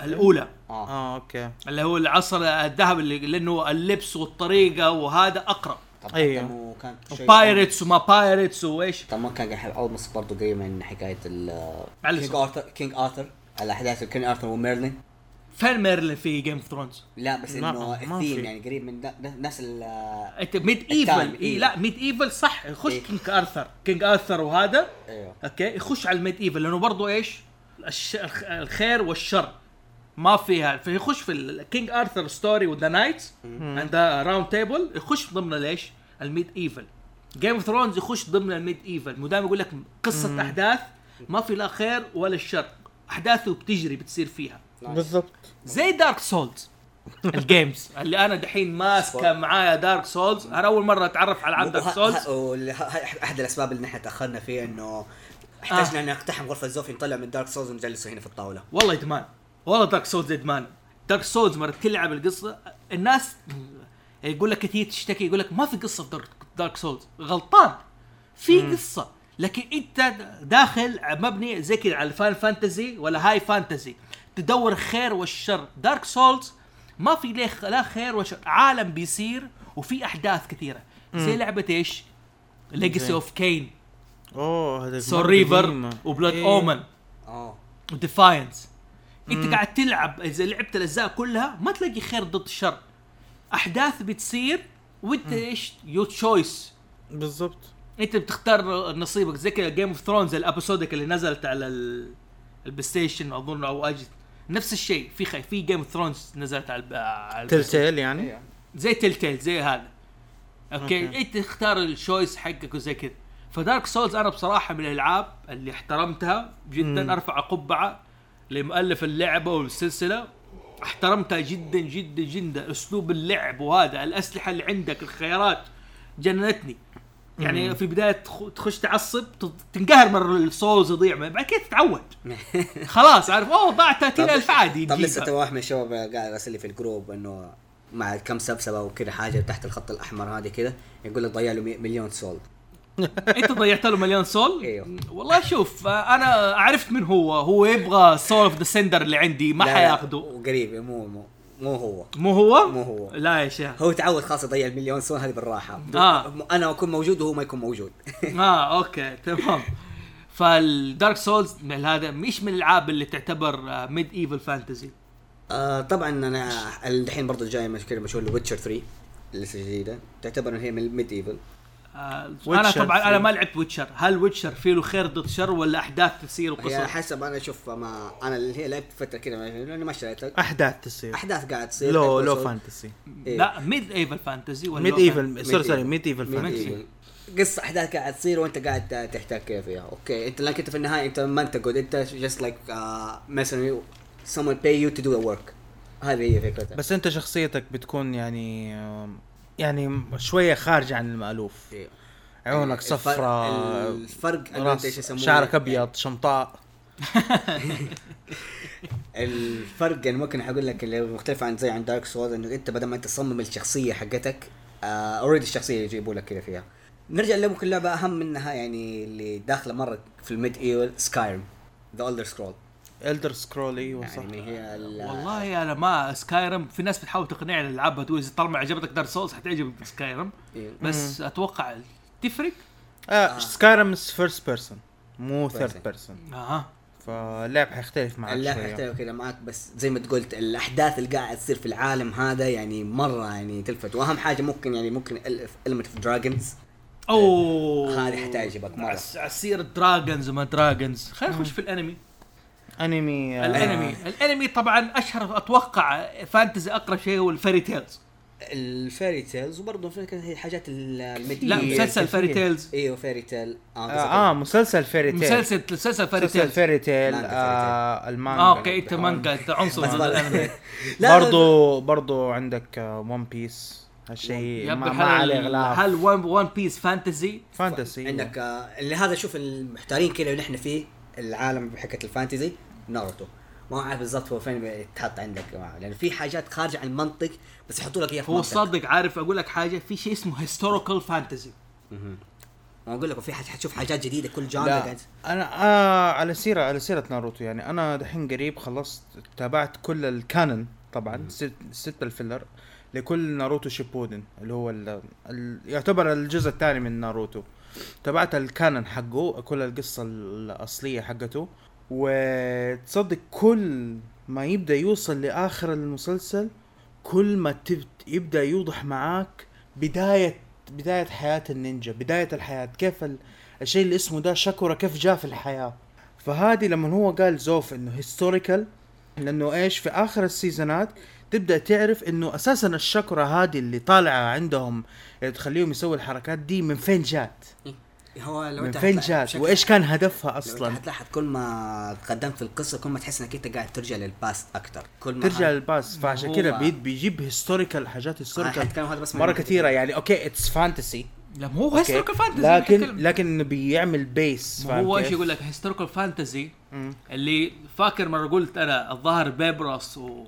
Speaker 1: الاولى
Speaker 2: اه
Speaker 3: اه اوكي
Speaker 1: اللي هو العصر الذهبي اللي لانه اللبس والطريقة وهذا اقرب
Speaker 2: طب
Speaker 3: أيوه.
Speaker 2: حتى مو كانت شيء- يعني
Speaker 1: بايرتس وما بايرتس وايش
Speaker 2: طب ما كان قاعد اولموست برضه قريب من حكايه ال
Speaker 1: معلش.
Speaker 2: كينج ارثر كينج ارثر على احداث كينج ارثر وميرلين
Speaker 1: فين ميرلين في جيم اوف ثرونز؟
Speaker 2: لا بس
Speaker 3: لا،
Speaker 2: انه
Speaker 3: ما
Speaker 2: الثيم
Speaker 3: في.
Speaker 2: يعني قريب من ده- ده- نفس ال- آه،
Speaker 1: انت ميد
Speaker 2: التايم،
Speaker 1: ايفل إيه
Speaker 2: إيه.
Speaker 1: لا ميد ايفل صح يخش
Speaker 2: إيه.
Speaker 1: كينج ارثر كينج ارثر وهذا
Speaker 2: ايوه
Speaker 1: اوكي يخش على الميد ايفل لانه برضه ايش؟ الش... الخ- الخير والشر ما فيها فيخش في الكينج ارثر ستوري وذا نايتس اند راوند تيبل يخش ضمن ليش؟ الميد ايفل جيم اوف ثرونز يخش ضمن الميد ايفل مدام يقول لك قصه احداث ما في لا خير ولا شر احداثه بتجري بتصير فيها
Speaker 3: بالضبط
Speaker 1: زي دارك
Speaker 2: (laughs)
Speaker 1: سولز الجيمز اللي انا دحين ماسكه معايا دارك سولز انا اول مره اتعرف على العاب دارك
Speaker 2: وه-
Speaker 1: سولز
Speaker 2: ه- وال- ه- ه- احد الاسباب اللي نحن تاخرنا فيها انه احتاجنا آه. نقتحم غرفه زوفي نطلع من دارك سولز ونجلسه هنا في الطاوله
Speaker 1: والله ادمان والله دارك سولز ادمان دارك سولز مره تلعب القصه الناس يقول لك كثير تشتكي يقول لك ما في قصه في دارك, دارك سولز غلطان في قصه لكن انت داخل مبني زي كذا على الفان فانتزي ولا هاي فانتزي تدور الخير والشر دارك سولز ما في ليه خ- لا خير ولا شر عالم بيصير وفي احداث كثيره زي لعبه ايش؟ ليجسي اوف كين
Speaker 3: اوه هذا إيه،
Speaker 1: سول ريفر وبلاد اومن
Speaker 2: اه
Speaker 1: وديفاينس انت قاعد تلعب اذا لعبت الاجزاء كلها ما تلاقي خير ضد شر احداث بتصير وانت ايش يو تشويس
Speaker 3: بالضبط
Speaker 1: انت بتختار نصيبك زي كذا جيم اوف ثرونز الابيسودك اللي نزلت على ال- البلاي ستيشن اظن او اجت نفس الشيء في خي... في جيم اوف ثرونز نزلت على, الب... على البلاي ستيشن.
Speaker 3: تلتيل يعني
Speaker 1: زي تلتيل زي هذا اوكي,
Speaker 3: أوكي.
Speaker 1: أوكي. انت تختار الشويس حقك وزي كذا فدارك سولز انا بصراحه من الالعاب اللي احترمتها جدا
Speaker 3: مم.
Speaker 1: مم. ارفع قبعه لمؤلف اللعبه والسلسله احترمتها جدا جدا جدا اسلوب اللعب وهذا الاسلحه اللي عندك الخيارات جننتني يعني في البدايه تخ- تخش تعصب تت- تنقهر مره السولز يضيع بعد كده تتعود خلاص عارف اوه ضاع 30000 عادي
Speaker 2: طب لسه
Speaker 1: يجيبها.
Speaker 2: تو واحد من الشباب قاعد راسل لي في الجروب انه مع كم سبسبه وكذا حاجه تحت الخط الاحمر هذه كذا يقول لك ضيع له مي- مليون سولد
Speaker 1: انت ضيعت له مليون سول
Speaker 2: ايوه.
Speaker 1: والله شوف آه، انا عرفت من هو هو يبغى سول اوف ذا سندر اللي عندي ما
Speaker 2: لا،
Speaker 1: حياخده
Speaker 2: قريب مو مو مو هو
Speaker 1: مو هو؟
Speaker 2: مو هو.
Speaker 1: لا يا شيخ
Speaker 2: هو تعود خلاص يضيع المليون سنه هذه بالراحه
Speaker 1: آه.
Speaker 2: انا اكون موجود وهو ما يكون موجود (laughs)
Speaker 1: اه اوكي تمام فالدارك سولز من هذا مش من الالعاب اللي تعتبر ميد ايفل فانتزي
Speaker 2: آه طبعا انا الحين برضو جاي مشكله مشهور ويتشر 3 لسه جديده تعتبر ان هي من الميد ايفل
Speaker 1: انا
Speaker 3: Witcher
Speaker 1: طبعا انا
Speaker 3: في-
Speaker 1: ما لعبت ويتشر هل ويتشر فيه له خير ضد شر ولا احداث تصير
Speaker 2: هي
Speaker 1: وقصص
Speaker 2: يعني حسب انا اشوف ما انا اللي هي لعبت فتره كذا ما- لاني ما اشتريتها
Speaker 3: احداث تصير
Speaker 2: احداث قاعد تصير
Speaker 3: أيوه. لو
Speaker 2: Episode.
Speaker 3: لو فانتسي
Speaker 2: إيه.
Speaker 1: لا ميد ايفل فانتزي ولا
Speaker 3: ميد
Speaker 1: لو فان-
Speaker 3: ايفل سوري سوري ميد ايفل
Speaker 2: Mid
Speaker 3: فانتسي
Speaker 2: Evil. قصه احداث قاعد تصير وانت قاعد تحتاج كذا فيها اوكي انت لكن انت في النهايه انت ما انت جود انت جاست لايك مثلا آه، someone pay you to do the work هذه هي فكرتها
Speaker 3: بس انت شخصيتك بتكون يعني آم، يعني شويه خارجه عن المالوف
Speaker 2: إيه.
Speaker 3: عيونك
Speaker 2: الفرق-
Speaker 3: صفراء
Speaker 2: الفرق إنه أنت إيش إيه.
Speaker 3: راس
Speaker 2: يسمونه؟
Speaker 3: شعرك ابيض شمطاء
Speaker 2: الفرق يعني ممكن اقول لك اللي مختلف عن زي عن دارك سولز انه انت بدل ما انت تصمم الشخصيه حقتك آه، اوريدي الشخصيه يجيبوا لك كذا فيها نرجع لممكن لعبه اهم منها يعني اللي داخله مره في الميد ايول سكايرم ذا اولدر سكرول
Speaker 3: الدر سكرول ايوه صح
Speaker 2: يعني هي ال-
Speaker 1: أيوة، والله انا ما سكايرم في ناس بتحاول تقنعني العبها تقول إذا طالما عجبتك دارك سولز حتعجبك سكايرم
Speaker 2: إيه.
Speaker 1: بس اتوقع تفرق
Speaker 3: آه سكايرم فيرست بيرسون مو ثيرد
Speaker 2: Person.
Speaker 3: بيرسون
Speaker 1: اها
Speaker 3: فاللعب حيختلف معك
Speaker 2: اللعبه
Speaker 3: شويه
Speaker 2: حتى كذا معك بس زي ما قلت الاحداث اللي قاعد تصير في العالم هذا يعني مره يعني تلفت واهم حاجه ممكن يعني ممكن المنت اوف دراجونز
Speaker 1: اوه
Speaker 2: هذه حتعجبك مرة.
Speaker 1: عس- عسير دراجونز وما دراجونز خلينا نخش في الانمي
Speaker 3: انمي آه،
Speaker 1: الانمي الانمي طبعا اشهر اتوقع فانتزي اقرب شيء هو الفيري تيلز
Speaker 3: إيه،
Speaker 2: الفيري تيلز وبرضه فكره هي الحاجات ال- الميد
Speaker 1: لا
Speaker 2: إيفل.
Speaker 3: إيه،
Speaker 1: مسلسل
Speaker 3: كثير.
Speaker 1: فيري تيلز
Speaker 2: ايوه فيري تيل
Speaker 3: اه, آه مسلسل فيري تيل
Speaker 1: مسلسل مسلسل فيري
Speaker 3: مسلسل
Speaker 1: تيلز
Speaker 3: فيري تيل
Speaker 2: مانجا
Speaker 3: آه المانجا
Speaker 1: اه اوكي انت مانجا انت عنصر
Speaker 2: بس
Speaker 1: من
Speaker 2: برضه-
Speaker 1: الانمي
Speaker 2: (laughs) لا،
Speaker 3: برضو برضو عندك ون بيس هالشيء
Speaker 1: يبدو
Speaker 3: (laughs) ما,
Speaker 1: هل
Speaker 3: ما عليه غلاف
Speaker 1: هل ون ون بيس فانتزي
Speaker 3: فانتسي
Speaker 2: عندك آه، اللي هذا شوف المحتارين كذا اللي احنا فيه العالم بحكه الفانتزي ناروتو ما عارف بالضبط هو فين يتحط عندك معه لان في حاجات خارجه عن المنطق بس يحطوا لك اياها في
Speaker 1: هو
Speaker 2: منطق.
Speaker 1: صدق عارف اقول لك حاجه في شيء اسمه هيستوريكال فانتزي
Speaker 2: ما اقول لك وفي حاجة حتشوف حاجات جديده كل جانر
Speaker 3: لا
Speaker 2: قاعد
Speaker 3: انا آه على سيره على سيره ناروتو يعني انا دحين قريب خلصت تابعت كل الكانون طبعا ست, ست الفيلر لكل ناروتو شيبودن اللي هو ال ال يعتبر الجزء الثاني من ناروتو تابعت الكانون حقه كل القصه الاصليه حقته وتصدق كل ما يبدا يوصل لاخر المسلسل كل ما تب- يبدا يوضح معاك بدايه بدايه حياه النينجا بدايه الحياه كيف ال- الشيء اللي اسمه ده شاكورا كيف جاء في الحياه فهذه لما هو قال زوف انه هيستوريكال لانه ايش في اخر السيزونات تبدا تعرف انه اساسا الشاكورا هذه اللي طالعه عندهم اللي تخليهم يسووا الحركات دي من فين جات
Speaker 2: هو لو
Speaker 3: من
Speaker 2: انت
Speaker 3: فين
Speaker 2: هتلاحظ
Speaker 3: جات
Speaker 2: بشكل-
Speaker 3: وايش كان هدفها
Speaker 2: لو
Speaker 3: اصلا
Speaker 2: انت هتلاحظ كل ما تقدمت في القصه كل ما تحس انك انت قاعد ترجع للباست اكثر كل ما
Speaker 3: ترجع للباس فعشان
Speaker 2: هو- آه،
Speaker 3: كذا بي- بيجيب هيستوريكال حاجات هيستوريكال
Speaker 2: هتكلم هذا بس
Speaker 3: مره
Speaker 2: من-
Speaker 3: كثيره يعني اوكي اتس فانتسي
Speaker 1: لا مو هو هيستوريكال فانتزي
Speaker 3: لكن لكن انه بيعمل بيس
Speaker 1: ما هو ايش يقول لك هيستوريكال فانتزي اللي فاكر مره قلت انا الظاهر بيبرس و...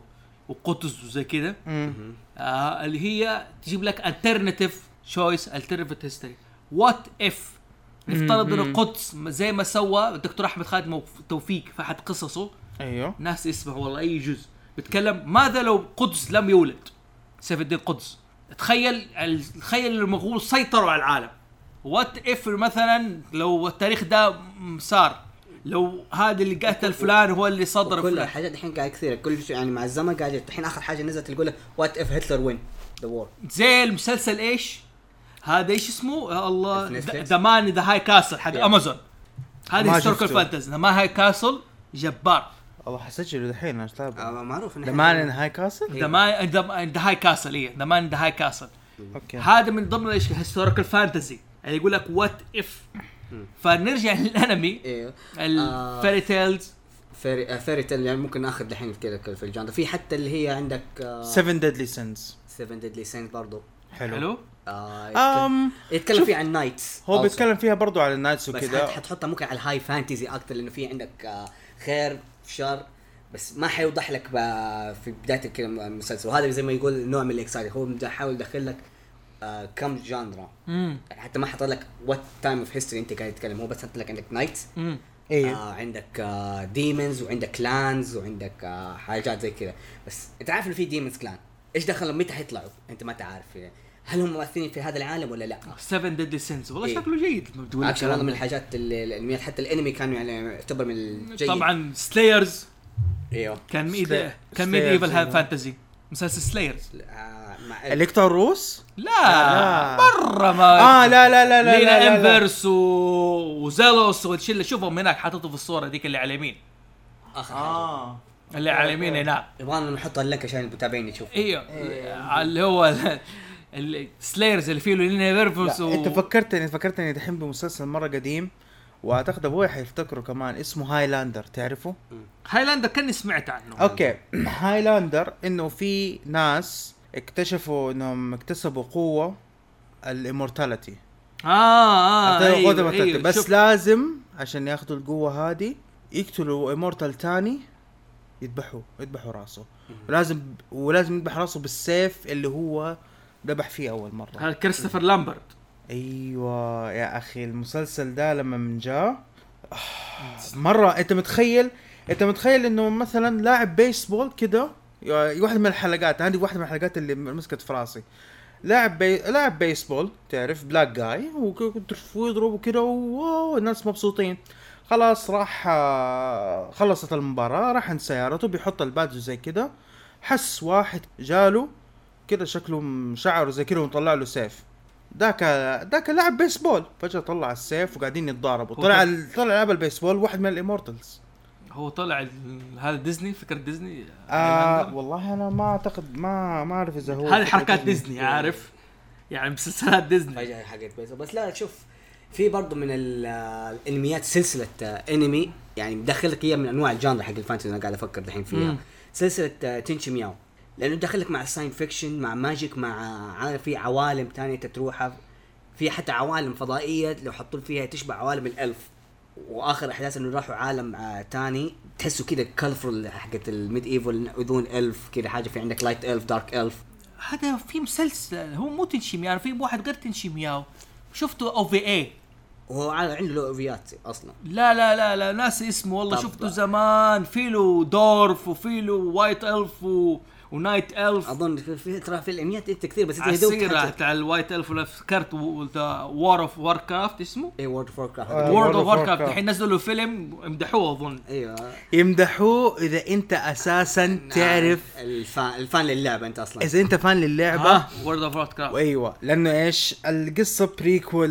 Speaker 1: وقطز وزي كذا آه اللي هي تجيب لك الترناتيف شويس الترناتيف هيستوري وات اف نفترض ان القدس زي ما سوى الدكتور احمد خادم وف- توفيق في احد قصصه
Speaker 3: ايوه
Speaker 1: ناس اسمه والله اي جزء بيتكلم ماذا لو قدس لم يولد سيف الدين قدس تخيل ال- تخيل المغول سيطروا على العالم وات اف مثلا لو التاريخ ده م- صار لو هذا اللي قتل فلان هو اللي صدر
Speaker 2: كل
Speaker 1: فلان
Speaker 2: الحاجات الحين قاعد كثيره كل شيء يعني مع الزمن قاعد يت- الحين اخر حاجه نزلت تقول لك وات اف هتلر وين ذا وور
Speaker 1: زي المسلسل ايش؟ هذا ايش اسمه؟ يا الله
Speaker 2: في نتفليكس؟
Speaker 1: ذا مان ذا هاي كاسل حق
Speaker 2: Yeah.
Speaker 1: امازون هذه
Speaker 3: ما
Speaker 1: هيستوريكال
Speaker 3: شفته.
Speaker 1: فانتزي ما هاي كاسل جبار
Speaker 3: والله حسجله دحين انا
Speaker 2: آه،
Speaker 3: اتابع
Speaker 2: معروف
Speaker 3: ذا مان ان هاي كاسل
Speaker 1: ذا مان ذا هاي كاسل اي ذا مان ذا هاي كاسل
Speaker 3: اوكي
Speaker 1: هذا من ضمن ايش هيستوريكال فانتزي اللي يعني يقول لك وات اف فنرجع (laughs) للانمي
Speaker 3: إيه.
Speaker 2: ايوه
Speaker 1: الفيري تيلز
Speaker 2: فيري آه، فيري تيل يعني ممكن ناخذ دحين كذا كل- في الجانر في حتى اللي هي عندك آه،
Speaker 3: 7 ديدلي سينز
Speaker 2: 7 ديدلي سينت برضه
Speaker 3: حلو
Speaker 1: حلو
Speaker 3: أم،
Speaker 2: آه، يتكلم فيه عن نايتس
Speaker 3: هو
Speaker 2: also.
Speaker 3: بيتكلم فيها برضو على النايتس
Speaker 2: بس
Speaker 3: وكذا
Speaker 2: حت- حتحطها ممكن على الهاي فانتزي اكثر لانه في عندك آه، خير شر بس ما حيوضح لك ب- في بدايه كده المسلسل وهذا زي ما يقول نوع من الاكسايد هو بدا- حاول يدخل لك آه، كم جانرا
Speaker 1: امم
Speaker 2: يعني حتى ما حط لك وات تايم اوف هيستوري انت قاعد تتكلم هو بس حط لك عندك نايت
Speaker 1: امم
Speaker 3: ايوه
Speaker 2: آه عندك آه ديمونز وعندك كلانز وعندك آه حاجات زي كذا بس انت عارف انه في ديمونز كلان ايش دخل متى حيطلعوا انت ما تعرف يعني. هل هم مؤثرين في هذا العالم ولا لا
Speaker 1: 7 ديدلي سينز والله
Speaker 2: إيه.
Speaker 1: شكله جيد لما بتقول
Speaker 2: اكشن
Speaker 1: الكلام
Speaker 2: والله من
Speaker 1: ده.
Speaker 2: الحاجات اللي اللي حتى الانمي كان يعني يعتبر من الجيد
Speaker 1: طبعا سلايرز
Speaker 2: ايوه
Speaker 1: كان ميد
Speaker 3: Slayers.
Speaker 1: كان
Speaker 3: Slayers
Speaker 1: ميد ايفل
Speaker 3: أيوه.
Speaker 1: فانتزي مسلسل سلايرز
Speaker 2: آه مع
Speaker 3: اللي يقطع الروس؟
Speaker 1: لا
Speaker 3: لا.
Speaker 1: مره ما
Speaker 3: اه آه. لا لا لا لا
Speaker 1: لينا
Speaker 3: لا, لا, لا.
Speaker 1: انفيرس و... وزيلوس والشله شوفهم هناك حاططه في الصوره ذيك اللي على اليمين
Speaker 2: اخر حاجه
Speaker 3: اه
Speaker 1: آه. اللي على اليمين هناك
Speaker 2: يبغانا نحط اللينك عشان المتابعين يشوفوا
Speaker 1: ايوه
Speaker 3: إيه، يعني.
Speaker 1: اللي هو (laughs) السلايرز اللي فيه لينا انفيرس
Speaker 3: لا،
Speaker 1: و...
Speaker 3: انت فكرتني فكرتني دحين بمسلسل مره قديم واعتقد ابوي حيفتكره كمان اسمه هايلاندر تعرفه؟
Speaker 1: هايلاندر كاني سمعت عنه
Speaker 3: اوكي (clears throat) هايلاندر انه في ناس اكتشفوا انهم اكتسبوا قوه الامورتاليتي
Speaker 1: اه اه
Speaker 3: اعطيهم قوه
Speaker 1: أيوة
Speaker 3: المورتاليتي
Speaker 1: أيوة
Speaker 3: بس
Speaker 1: شوف.
Speaker 3: لازم عشان ياخذوا القوه هذه يقتلوا امورتال تاني يذبحوه يذبحوا راسه ولازم ولازم يذبح راسه بالسيف اللي هو ذبح فيه اول مره
Speaker 1: هذا كريستوفر لامبرت
Speaker 3: ايوه يا اخي المسلسل ده لما من جاء آه، مره انت متخيل انت متخيل انه مثلا لاعب بيسبول كده يعني واحده من الحلقات هذه واحده من الحلقات اللي مسكت في راسي لاعب بي... لاعب بيسبول تعرف بلاك جاي ويضربه كده وواو الناس مبسوطين خلاص راح آه، خلصت المباراة راح عند سيارته بيحط البادج زي كده حس واحد جاله كده شكله م- شعره زي كده ومطلع له سيف ذاك ذاك لاعب بيسبول فجأة طلع السيف وقاعدين يتضاربوا طلع ال- طلع لاعب البيسبول واحد من الامورتلز
Speaker 1: هو طلع ال- هذا ديزني فكره ديزني
Speaker 3: آه
Speaker 1: هايلاندر.
Speaker 3: والله انا ما اعتقد ما ما اعرف اذا هو
Speaker 1: هذه حركات ديزني عارف يعني مسلسلات
Speaker 3: أيوه.
Speaker 1: ديزني
Speaker 2: فجاه حقت بيزو بس لا شوف في برضه من ال- آه، الانميات سلسله آه، انمي يعني مدخلك اياه من انواع الجانر حق الفانتسي انا قاعد افكر الحين فيها
Speaker 1: مم.
Speaker 2: سلسله آه، تنشي مياو لانه دخلك مع الساين فيكشن مع ماجيك مع آه، عارف في عوالم تانية أنت تروحها في حتى عوالم فضائيه لو حطوا فيها تشبه عوالم الالف واخر احداث انه راحوا عالم آه، تاني تحسه كذا كلفرل حقت الميد ايفل اذون الف كذا حاجه في عندك لايت الف دارك الف
Speaker 1: هذا في مسلسل هو مو تنشي مياو في واحد غير تنشي مياو شفته او في اي
Speaker 2: وهو عا- عنده لوفيات اصلا
Speaker 1: لا لا لا لا ناس اسمه والله
Speaker 2: طب.
Speaker 1: شفته زمان في له دورف وفي له وايت الف و... ونايت الف
Speaker 2: اظن في- في ترى في الانميات انت كثير بس انت
Speaker 1: على
Speaker 2: يدوب
Speaker 1: السيرة
Speaker 2: تحدد.
Speaker 1: تاع الوايت الف ولا افتكرت وور اوف وار كرافت اسمه؟
Speaker 2: اي وورد فور كرافت
Speaker 3: آه.
Speaker 1: وورد
Speaker 3: World
Speaker 1: اوف
Speaker 3: of
Speaker 1: وار كرافت
Speaker 3: Warcraft.
Speaker 1: الحين نزلوا له فيلم امدحوه اظن
Speaker 2: ايوه
Speaker 3: يمدحوه اذا انت اساسا
Speaker 2: نعم.
Speaker 3: تعرف
Speaker 2: الفان آه، الفان للعبه انت اصلا
Speaker 3: اذا انت فان للعبه
Speaker 1: ها وورد اوف وار كرافت
Speaker 3: ايوه لانه ايش القصه بريكول